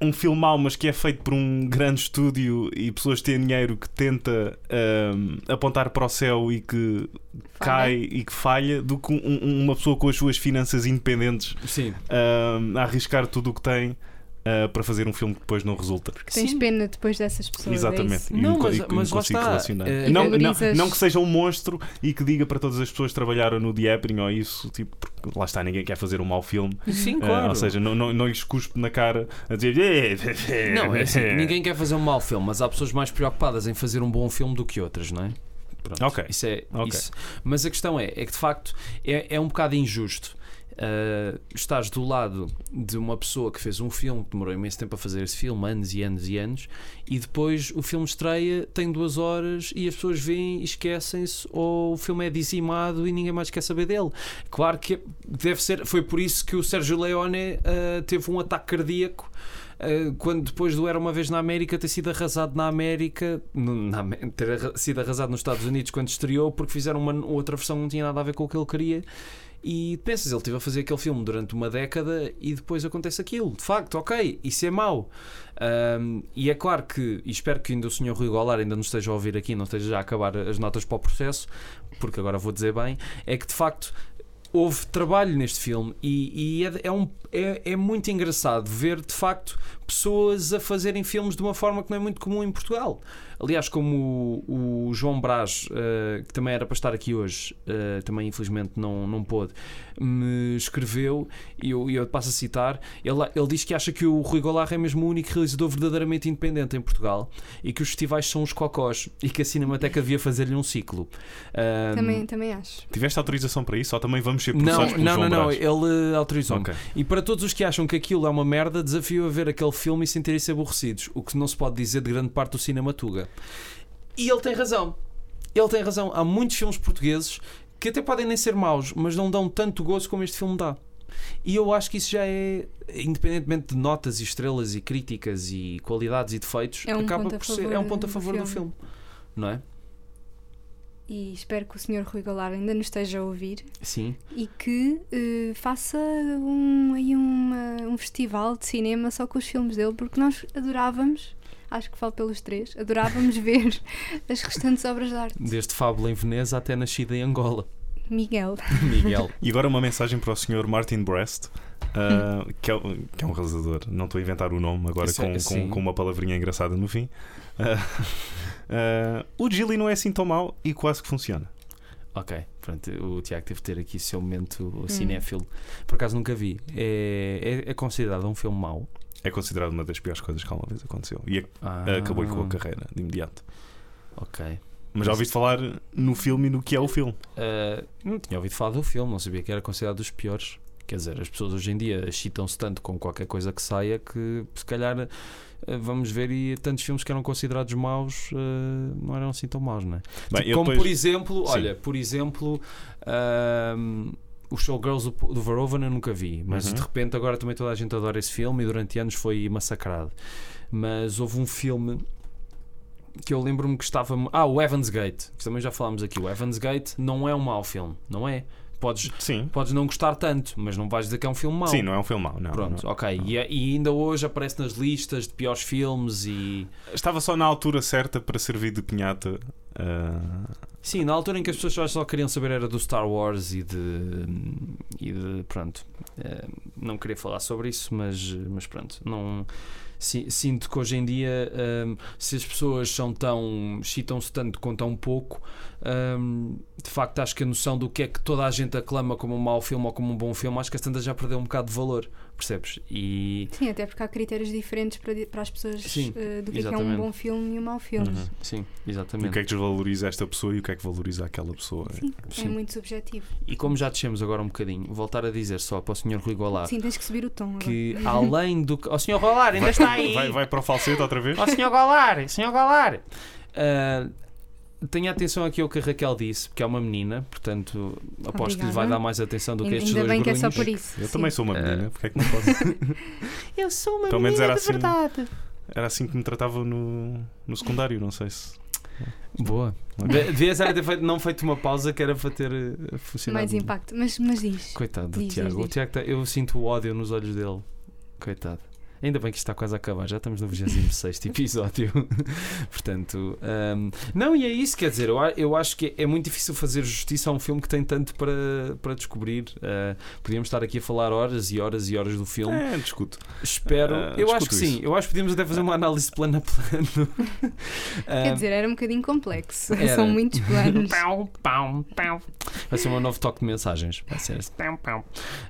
A: um, filme mau, mas que é feito por um grande estúdio e pessoas que têm dinheiro que tenta ahm, apontar para o céu e que
E: Falha.
A: cai e que falha, do que um- um- uma pessoa com as suas finanças independentes
D: Sim,
A: ahm, a arriscar tudo o que tem. ah, para fazer um filme que depois não resulta.
E: Tens pena depois dessas pessoas. É
A: Exatamente.
E: isso?
A: E
D: Não,
A: me co-
D: mas-
A: e que me
D: mas lá
A: consigo
D: está,
A: relacionar.
D: eh,
E: E
A: não, não,
E: valorizas-
A: não que seja um monstro e que diga para todas as pessoas que trabalharam no The Happening ou isso, tipo, porque lá está, ninguém quer fazer um mau filme.
D: sim,
A: Eh,
D: claro.
A: ou seja, não, não, não lhes cuspe na cara a dizer. "Eh,
D: não, é assim,
A: eh".
D: ninguém quer fazer um mau filme, mas há pessoas mais preocupadas em fazer um bom filme do que outras, não é? Pronto,
A: Ok.
D: Isso é,
A: Ok.
D: isso. Mas a questão é, é que de facto é, é um bocado injusto. Ah, estás do lado de uma pessoa que fez um filme que demorou imenso tempo a fazer esse filme, anos e anos e anos, e depois o filme estreia, tem duas horas e as pessoas veem e esquecem-se, ou o filme é dizimado e ninguém mais quer saber dele. Claro que deve ser, foi por isso que o Sérgio Leone ah, teve um ataque cardíaco. ah, quando depois do Era Uma Vez na América ter sido arrasado na América, no- na Amé- ter arra- sido arrasado nos Estados Unidos quando estreou, porque fizeram uma outra versão que não tinha nada a ver com o que ele queria, e pensas, ele esteve a fazer aquele filme durante uma década e depois acontece aquilo. De facto, ok, isso é mau. Ahm, e é claro que, e espero que ainda o Sr. Rui Golar ainda nos esteja a ouvir aqui, não esteja já a acabar as notas para o processo, porque agora vou dizer bem, é que de facto houve trabalho neste filme e, e é, é um, é, é muito engraçado ver de facto pessoas a fazerem filmes de uma forma que não é muito comum em Portugal. Aliás, como o, o João Brás, eh, que também era para estar aqui hoje, eh, também infelizmente não, não pôde, me escreveu, e eu, e eu passo a citar, ele, ele diz que acha que o Rui Goulart é mesmo o único realizador verdadeiramente independente em Portugal e que os festivais são os cocós e que a Cinemateca devia fazer-lhe um ciclo. Ah,
E: Também, também acho.
A: Tiveste autorização para isso ou também vamos ser
D: Não,
A: processados pelo
D: não,
A: João
D: não, não,
A: Brás?
D: ele eh, autorizou-me.
A: Ok.
D: E para todos os que acham que aquilo é uma merda, desafio a ver aquele filme e sentirem-se aborrecidos, o que não se pode dizer de grande parte do cinema Tuga. E ele tem razão. Ele tem razão. Há muitos filmes portugueses que até podem nem ser maus, mas não dão tanto gozo como este filme dá. E eu acho que isso já é, independentemente de notas e estrelas e críticas e qualidades e defeitos,
E: É um
D: acaba
E: ponto a
D: por ser
E: favor
D: é um ponto a
E: do
D: favor do filme.
E: filme.
D: Não é?
E: E espero que o Sr. Rui Goulart ainda nos esteja a ouvir
D: Sim.
E: e que eh, faça um, aí uma- um festival de cinema só com os filmes dele, porque nós adorávamos, acho que falo pelos três, adorávamos ver as restantes obras de arte.
D: Desde Fábula em Veneza até Nascida em Angola.
E: Miguel.
D: Miguel.
A: E agora uma mensagem para o Sr. Martin Brest, ah, que, é, o- que é um realizador. Não estou a inventar o nome agora
D: Hum. Isso
A: com,
D: é- sim.
A: com, com uma palavrinha engraçada no fim. Ah, ah, o Gilly não é assim tão mau e quase que funciona.
D: Ok, pronto, o Tiago teve de ter aqui o seu momento cinéfilo. Por acaso nunca vi. É, é- é considerado um filme mau.
A: É considerado uma das piores coisas que alguma vez aconteceu. E ac-
D: Ah,
A: acabou-lhe com a carreira de imediato.
D: Ok.
A: Mas já ouviste falar no filme e no que é o filme.
D: Ah, não tinha ouvido falar do filme, não sabia que era considerado dos piores. Quer dizer, as pessoas hoje em dia excitam-se tanto com qualquer coisa que saia que se calhar ah, vamos ver e tantos filmes que eram considerados maus ah, não eram assim tão maus, não é?
A: Bem,
D: Tipo,
A: eu
D: como
A: depois-
D: por exemplo,
A: Sim.
D: olha, por exemplo, ahm, o Showgirls do, do Verhoeven eu nunca vi, mas
A: Uhum.
D: de repente agora também toda a gente adora esse filme e durante anos foi massacrado. Mas houve um filme que eu lembro-me que estava. Ah, o Evans Gate, que também já falámos aqui. O Evans Gate não é um mau filme, não é? Podes,
A: Sim.
D: podes não gostar tanto, mas não vais dizer que é um filme mau.
A: Sim, não é um filme mau. Não,
D: Pronto,
A: não.
D: ok. E, é, e ainda hoje aparece nas listas de piores filmes e.
A: Estava só na altura certa para servir de pinhata. ah,
D: Sim, na altura em que as pessoas só- só queriam saber era do Star Wars e de. e de. pronto. eh, não queria falar sobre isso, mas, mas pronto. Não, si- sinto que hoje em dia, ehm, se as pessoas são tão. excitam-se tanto com tão pouco, ehm, de facto acho que a noção do que é que toda a gente aclama como um mau filme ou como um bom filme, acho que a Santa já perdeu um bocado de valor, percebes? E.
E: Sim, até porque há critérios diferentes para, di- para as pessoas
D: Sim,
E: eh, do que é, que é um
D: exatamente.
E: bom filme e um mau filme.
A: Uhum.
D: Sim,
A: o que
D: exatamente.
A: é que desvaloriza esta pessoa e o que é que valoriza aquela pessoa.
E: Sim,
D: Sim.
E: é muito subjetivo.
D: E como já descemos agora um bocadinho, voltar a dizer só para o Sr. Rui Goulart.
E: Sim, tens que subir o tom. agora.
D: que além do que. Ó senhor Rolar, ainda
A: Vai-
D: está aí!
A: Vai, vai para o falsete outra vez?
D: Ó senhor Rolar, senhor Rolar! Ah, tenha atenção aqui ao que a Raquel disse, porque é uma menina, portanto aposto que lhe vai
E: Obrigada.
D: dar mais atenção do que
E: Ainda-
D: estes
E: Ainda
D: dois
E: bem que é só
D: grunhos.
E: por isso.
A: Eu
E: sim.
A: também sou uma
D: É.
A: menina, porque é que não posso?
B: Eu sou uma
A: Pelo menos
B: menina
A: era
B: de
A: assim.
B: verdade.
A: Era assim que me tratavam no, no secundário, não sei se.
D: Boa. De- Devias era ter feito, não feito uma pausa que era para ter eh, funcionado.
E: Mais impacto. Mas, mas diz.
D: Coitado do
E: Diz, diz,
D: Tiago. O
E: diz.
D: Tiago tá- eu sinto o ódio nos olhos dele. Coitado. Ainda bem que isto está quase a acabar, já estamos no 26 episódio. Portanto, hum, não, e é isso, quer dizer, eu, a- eu acho que é muito difícil fazer justiça a um filme que tem tanto para, para descobrir. Ah, podíamos estar aqui a falar horas e horas e horas do filme.
A: É, discuto.
D: Espero.
A: ah,
D: eu acho
A: discuto
D: que sim,
A: isso.
D: eu acho que podíamos até fazer uma análise plano a plano.
E: Quer
D: Ah,
E: dizer, era um bocadinho complexo.
D: Era.
E: São muitos planos.
B: Pão, pão, pão,
D: vai ser um novo toque de mensagens. Vai ser
B: pão, pão.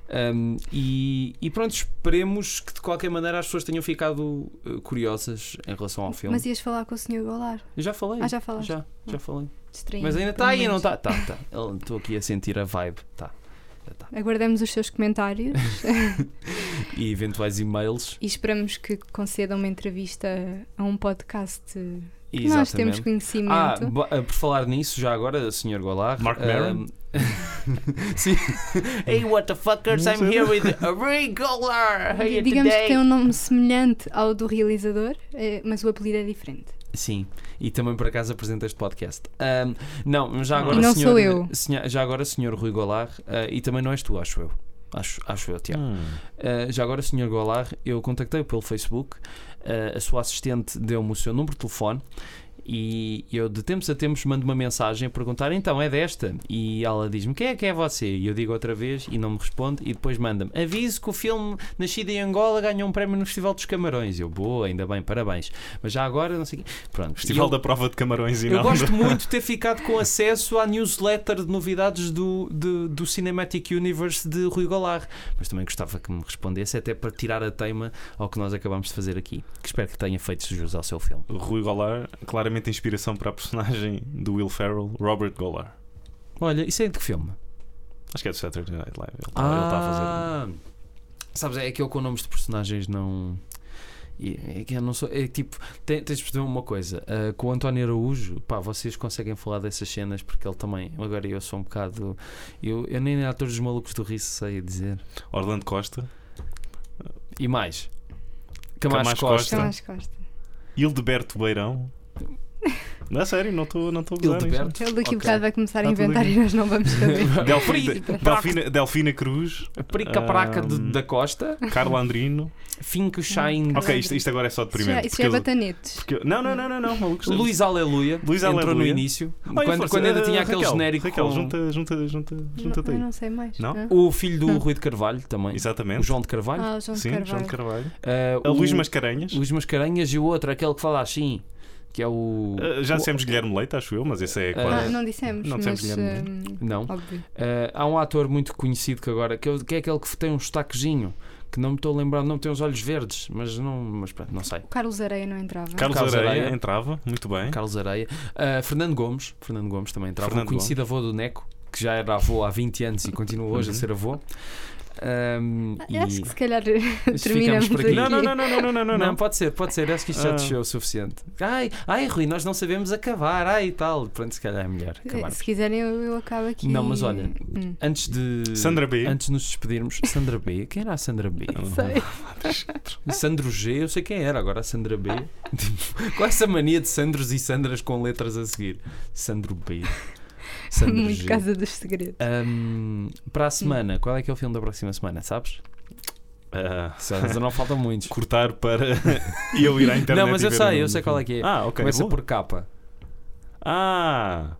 D: Um, e, e pronto, esperemos que de qualquer maneira as pessoas tenham ficado uh, curiosas em relação ao filme.
E: Mas ias falar com o Sr. Golar.
D: Eu já falei.
E: Ah, já falaste.
D: Já, já falei.
E: Distraído,
D: Mas ainda
E: pelo
D: está aí,
E: menos.
D: não está? Tá, tá. Eu Estou aqui a sentir a vibe. Tá.
E: Aguardamos os seus comentários
D: E eventuais e-mails.
E: e esperamos que concedam uma entrevista a um podcast que nós temos
D: Exatamente.
E: conhecimento.
D: Ah, bo- ah, por falar nisso, já agora, Sr. Golar.
A: Mark Maron?
D: Sim,
B: Hey, what the fuckers, I'm here with Ray Golar. Hey,
E: Digamos que
B: today.
E: tem um nome semelhante ao do realizador, eh, mas o apelido é diferente.
D: sim. E também por acaso apresenta este podcast. Um, não, mas já agora,
E: E não
D: Sr.
E: sou eu.
D: Sr. já agora, Sr. Rui Golar, ah, e também não és tu, acho eu. Acho, acho eu, Tiago.
A: Hum.
D: Uh, já agora, Sr. Eh, Golar, eu contactei-o pelo Facebook, uh, a sua assistente deu-me o seu número de telefone E eu, de tempos a tempos, mando uma mensagem a perguntar: então é desta? E ela diz-me: quem é que é você? E eu digo outra vez e não me responde. E depois manda-me: aviso que o filme Nascida em Angola ganhou um prémio no Festival dos Camarões. Eu, boa, ainda bem, parabéns. Mas já agora, não sei o quê. Pronto.
A: Festival
D: E eu-
A: da prova de camarões e
D: eu
A: não.
D: gosto muito de ter ficado com acesso à newsletter de novidades do, de- do Cinematic Universe de Rui Golar, mas também gostava que me respondesse, até para tirar a teima ao que nós acabamos de fazer aqui. Que espero que tenha feito jus ao seu filme.
A: O Rui Golar, claramente a inspiração para a personagem do Will Ferrell, Robert Golar.
D: Olha, isso é de que filme?
A: Acho que é do Saturday Night Live. Ele está a fazer.
D: Ah, Sabes, é que eu com nomes de personagens não. e- É que eu não sou. É tipo, te- tens de perceber uma coisa. ah, com o António Araújo, pá, vocês conseguem falar dessas cenas porque ele também. Agora eu sou um bocado. Eu, eu nem atores dos malucos do Riso sei dizer.
A: um- Orlando Costa,
D: E mais? Camacho,
A: Camacho
D: Costa.
A: Costa.
E: Então, as costas.
A: Hildeberto Beirão. Não é sério, não estou não estou a gozar.
D: Hildeberto.
E: Ele daqui
D: Ok.
E: a bocado vai começar a
A: Tá tudo
E: inventar
A: bem.
E: e nós não vamos saber.
A: Delfina, Delfina, Delfina Cruz,
D: Prica Praca de-
A: Ahm.
D: da Costa.
A: Carlo Andrino.
D: Finco Shine.
A: Ok, isto, isto agora é só
E: Isso já,
A: deprimente.
E: isso já é batanetes.
A: porque eu- não, não, não, não, não, malucos.
D: Luís Aleluia.
A: Luís
D: entrou no
A: Aleluia.
D: início.
A: Olha,
D: quando,
A: força,
D: quando ainda
A: eh,
D: tinha aquele
A: Raquel,
D: genérico.
A: Raquel,
D: com-
A: junta, junta, junta, junta-te
E: não, eu
A: aí.
E: não sei mais.
A: Não?
E: Ah.
D: O filho do
E: Ah.
D: Rui de Carvalho também. O
A: Exatamente.
D: João de Carvalho.
E: Ah, o João
A: Sim,
E: de Carvalho.
A: João de Carvalho.
D: Ah,
A: A Luís
D: o-
A: Mascarenhas.
D: Luís Mascarenhas e o outro, aquele que fala assim, que é o.
A: Ah, já
D: o-
A: dissemos Guilherme Leite, acho eu, mas esse é
D: Ah,
E: Ah,
A: quase.
E: não dissemos,
A: Não dissemos
E: mas
A: Guilherme
E: hum,
D: Não.
E: óbvio.
D: Ah, há um ator muito conhecido que agora, que, é o- que é aquele que tem um estaquezinho, que não me estou a lembrar, não tem os olhos verdes, mas não. Mas pronto, não sei.
E: O Carlos Areia não entrava.
A: Carlos,
D: Carlos
A: Areia,
D: Areia.
A: entrava, muito bem.
D: Carlos Areia. Ah, Fernando Gomes. Fernando Gomes também entrava.
A: Fernando
D: o conhecido avô do Neco, que já era avô há 20 anos e continua hoje a
A: Uhum.
D: ser avô. Ahm,
E: Ah,
D: e
E: Acho que se calhar
D: ficamos
E: terminamos
D: por aqui.
E: aqui.
A: Não, não, não, não, não, não, não, não,
D: Não, pode ser, pode ser. Acho que isto já
A: Ah.
D: desceu o suficiente. Ai, ai, Rui, nós não sabemos acabar. Ai, tal. Pronto, se calhar é melhor acabar.
E: Se quiserem, eu, eu acabo aqui.
D: Não, mas olha,
E: Hum.
D: Antes de.
A: Sandra B.
D: Antes de nos despedirmos, Sandra B. Quem era a Sandra B?
E: Sei.
D: Sandro G, eu sei quem era, agora a Sandra B. Tipo, Qual é essa mania de Sandros e Sandras com letras a seguir? Sandro B. Sandro
E: Muito
D: G.
E: Casa dos Segredos.
D: Ahm, para a semana, qual é que é o filme da próxima semana, sabes?
A: Ah,
D: Só- Não faltam muitos.
A: cortar para eu ir à internet.
D: Não, mas
A: e
D: eu
A: ver
D: sei,
A: o-
D: eu sei qual é que é.
A: Ah, ok.
D: Começa
A: boa.
D: por capa.
A: Ah,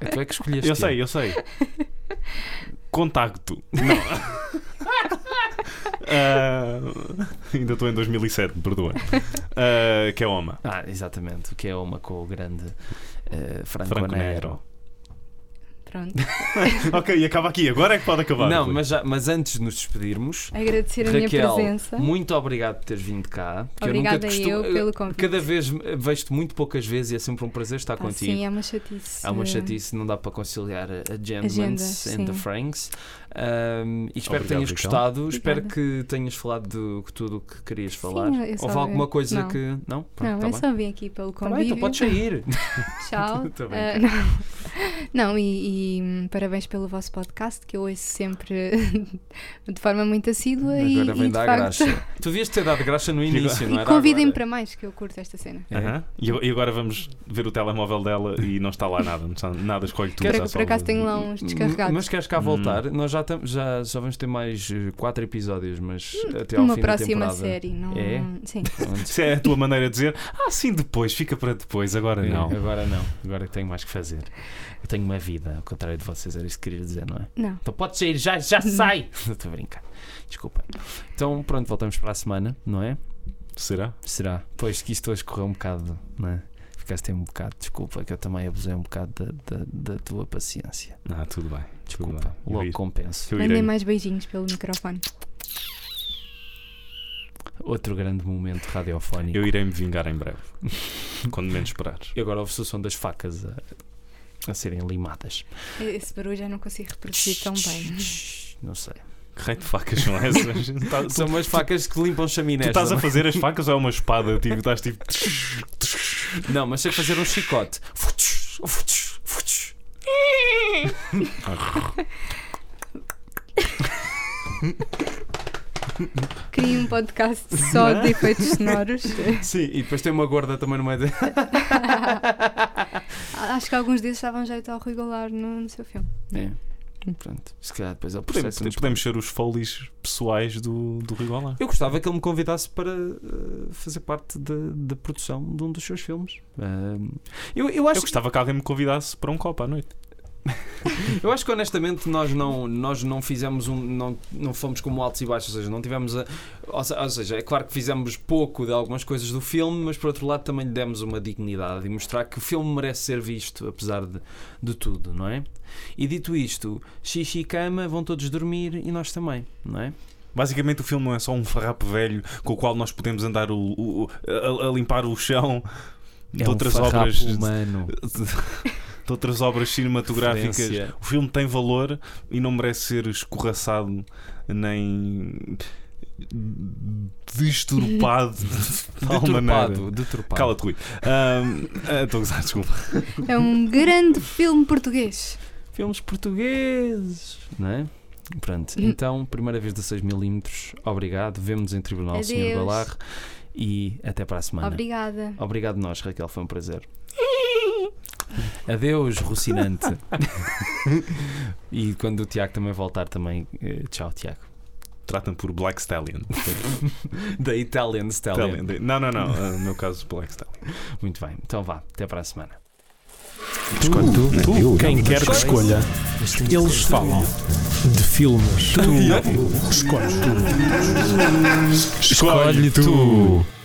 D: É tu é que escolheste.
A: eu sei, eu sei. Contacto. Não. Ah, ainda estou em 2007, me perdoa. Ah, que é Oma.
D: Ah, exatamente. O que é uma com o grande eh, Franco,
A: Franco
D: Nero.
A: Nero.
E: Pronto.
A: Ok, e acaba aqui. Agora é que pode acabar.
D: Não,
A: Rui.
D: mas, já- mas antes de nos despedirmos,
E: Agradecer a
D: Raquel,
E: minha presença.
D: Muito obrigado por teres vindo cá. porque eu
E: Obrigada
D: nunca te
E: eu
D: costumo- eh,
E: pelo convite.
D: Cada vez eh, vejo-te muito poucas vezes e é sempre um prazer estar
E: Pá,
D: contigo.
E: Sim, é uma chatice.
D: Há uma chatice, não dá para conciliar a- a Gentleman's and
E: sim.
D: the Franks. Um, e espero que
A: Obrigado,
D: tenhas
A: Raquel.
D: gostado. Espero
E: Obrigada.
D: que tenhas falado de tudo o que querias falar.
E: eu só
D: Houve alguma
E: vi-
D: coisa
E: não.
D: que. Não? Pronto,
E: Não, é
D: tá
E: eu
D: bem.
E: só vim aqui pelo
D: Tá bem,
E: convite.
D: então podes sair.
E: Tchau.
D: Tô bem.
E: Ah, não, não e, e, hum, parabéns pelo vosso podcast, que eu ouço sempre de forma muito assídua. e,
D: Agora vem
E: e, de
D: dar
E: facto,
D: graxa. Tu devias ter dado graxa no
A: agora-
D: início, não
E: E
D: era?
E: convidem-me
D: agora?
E: para mais, que eu curto esta cena.
D: É.
A: Aham. E a- E agora vamos ver o telemóvel dela e não está lá nada, não está nada, escolhe tu.
E: Por,
A: já
E: por
A: só- um-
E: acaso tenho lá um. uns descarregados.
D: um- Mas queres cá voltar? Nós já, tam- já, já vamos ter mais eh, quatro episódios, mas até ao
E: Hum, Uma
D: fim da
E: próxima
D: temporada.
E: série, não?
D: É?
E: Sim.
D: Onde-
A: Se é a tua maneira de dizer, ah, sim, depois, fica para depois, agora não.
D: Agora não. Agora tenho mais que fazer. Eu tenho uma vida, ao contrário de vocês, era isso que queria dizer, não é?
E: Não.
D: Então pode sair, já, já sai! Estou a brincar. Desculpem. Então pronto, voltamos para a semana, não é?
A: Será?
D: Será? Pois que isto hoje correu um bocado, não é? Ficaste aí um bocado, desculpa, que eu também abusei um bocado da, da, da tua paciência.
A: Ah, tudo bem. Tudo
D: Desculpa.
A: bem. Eu
D: Logo
A: ir-
D: compenso.
A: Eu
E: Mandem
A: irei.
E: mais beijinhos pelo microfone.
D: Outro grande momento radiofónico.
A: Eu irei me vingar em breve. Quando menos esperares.
D: E agora ouve-se o som das facas a, a serem limadas.
E: Esse barulho já não consigo reproduzir tão bem.
D: Não sei.
A: Que raio de facas são essas? Tá- tu,
D: Ah, São umas facas que limpam chaminés.
A: tu estás a
D: não é?
A: fazer as facas ou é uma espada? Tipo, estás tipo.
D: Não, mas sei fazer um chicote.
E: Crie um podcast só
D: é?
E: de efeitos sonoros.
D: Sim, e depois tem uma gorda também no meio de...
E: Acho que alguns deles estavam jeito ao Rui Golar no, no seu filme.
D: É. Pronto, se calhar depois é ele
A: Podemos,
D: processa-nos.
A: podemos ser os folies pessoais do, do Rigola.
D: Eu gostava que ele me convidasse para eh, fazer parte da da produção de um dos seus filmes. Ah, eu, eu, acho
A: Eu gostava que alguém me convidasse para um copo à noite.
D: Eu acho que honestamente nós não, nós não fizemos um. Não, não fomos como altos e baixos, ou seja, não tivemos. A, ou, se- ou seja, é claro que fizemos pouco de algumas coisas do filme, mas por outro lado também lhe demos uma dignidade e mostrar que o filme merece ser visto, apesar de, de tudo, não é? E dito isto, xixi e cama, vão todos dormir e nós também, não é?
A: Basicamente, o filme não é só um farrapo velho com o qual nós podemos andar o, o- a, a limpar o chão de outras obras.
D: É um humano.
A: de outras obras cinematográficas.
D: Referência.
A: O filme tem valor e não merece ser escorraçado nem destrupado de tal maneira.
D: Deturpado, deturpado.
A: Cala-te, Rui. Ahm, ah, Estou a gozar, desculpa.
E: É um grande filme português.
D: Filmes portugueses, não é? Pronto,
E: Hum.
D: então, primeira vez de 6mm, obrigado. Vemo-nos em tribunal,
E: Adeus.
D: Sr. Balar. E até para a semana.
E: Obrigada.
D: Obrigado, nós, Raquel, foi um prazer. Adeus, Rocinante. e quando o Tiago também voltar, também. eh, Tchau, Tiago.
A: Tratam por Black Stallion.
D: Da Italian Stallion.
A: Stallion. Não, não, não. Ah, No meu caso, Black Stallion.
D: Muito bem, então vá, até para a semana.
C: Tu, tu, quem quer que escolha, eles falam de filmes. Tu escolhes tu.
A: Escolhe
D: tu.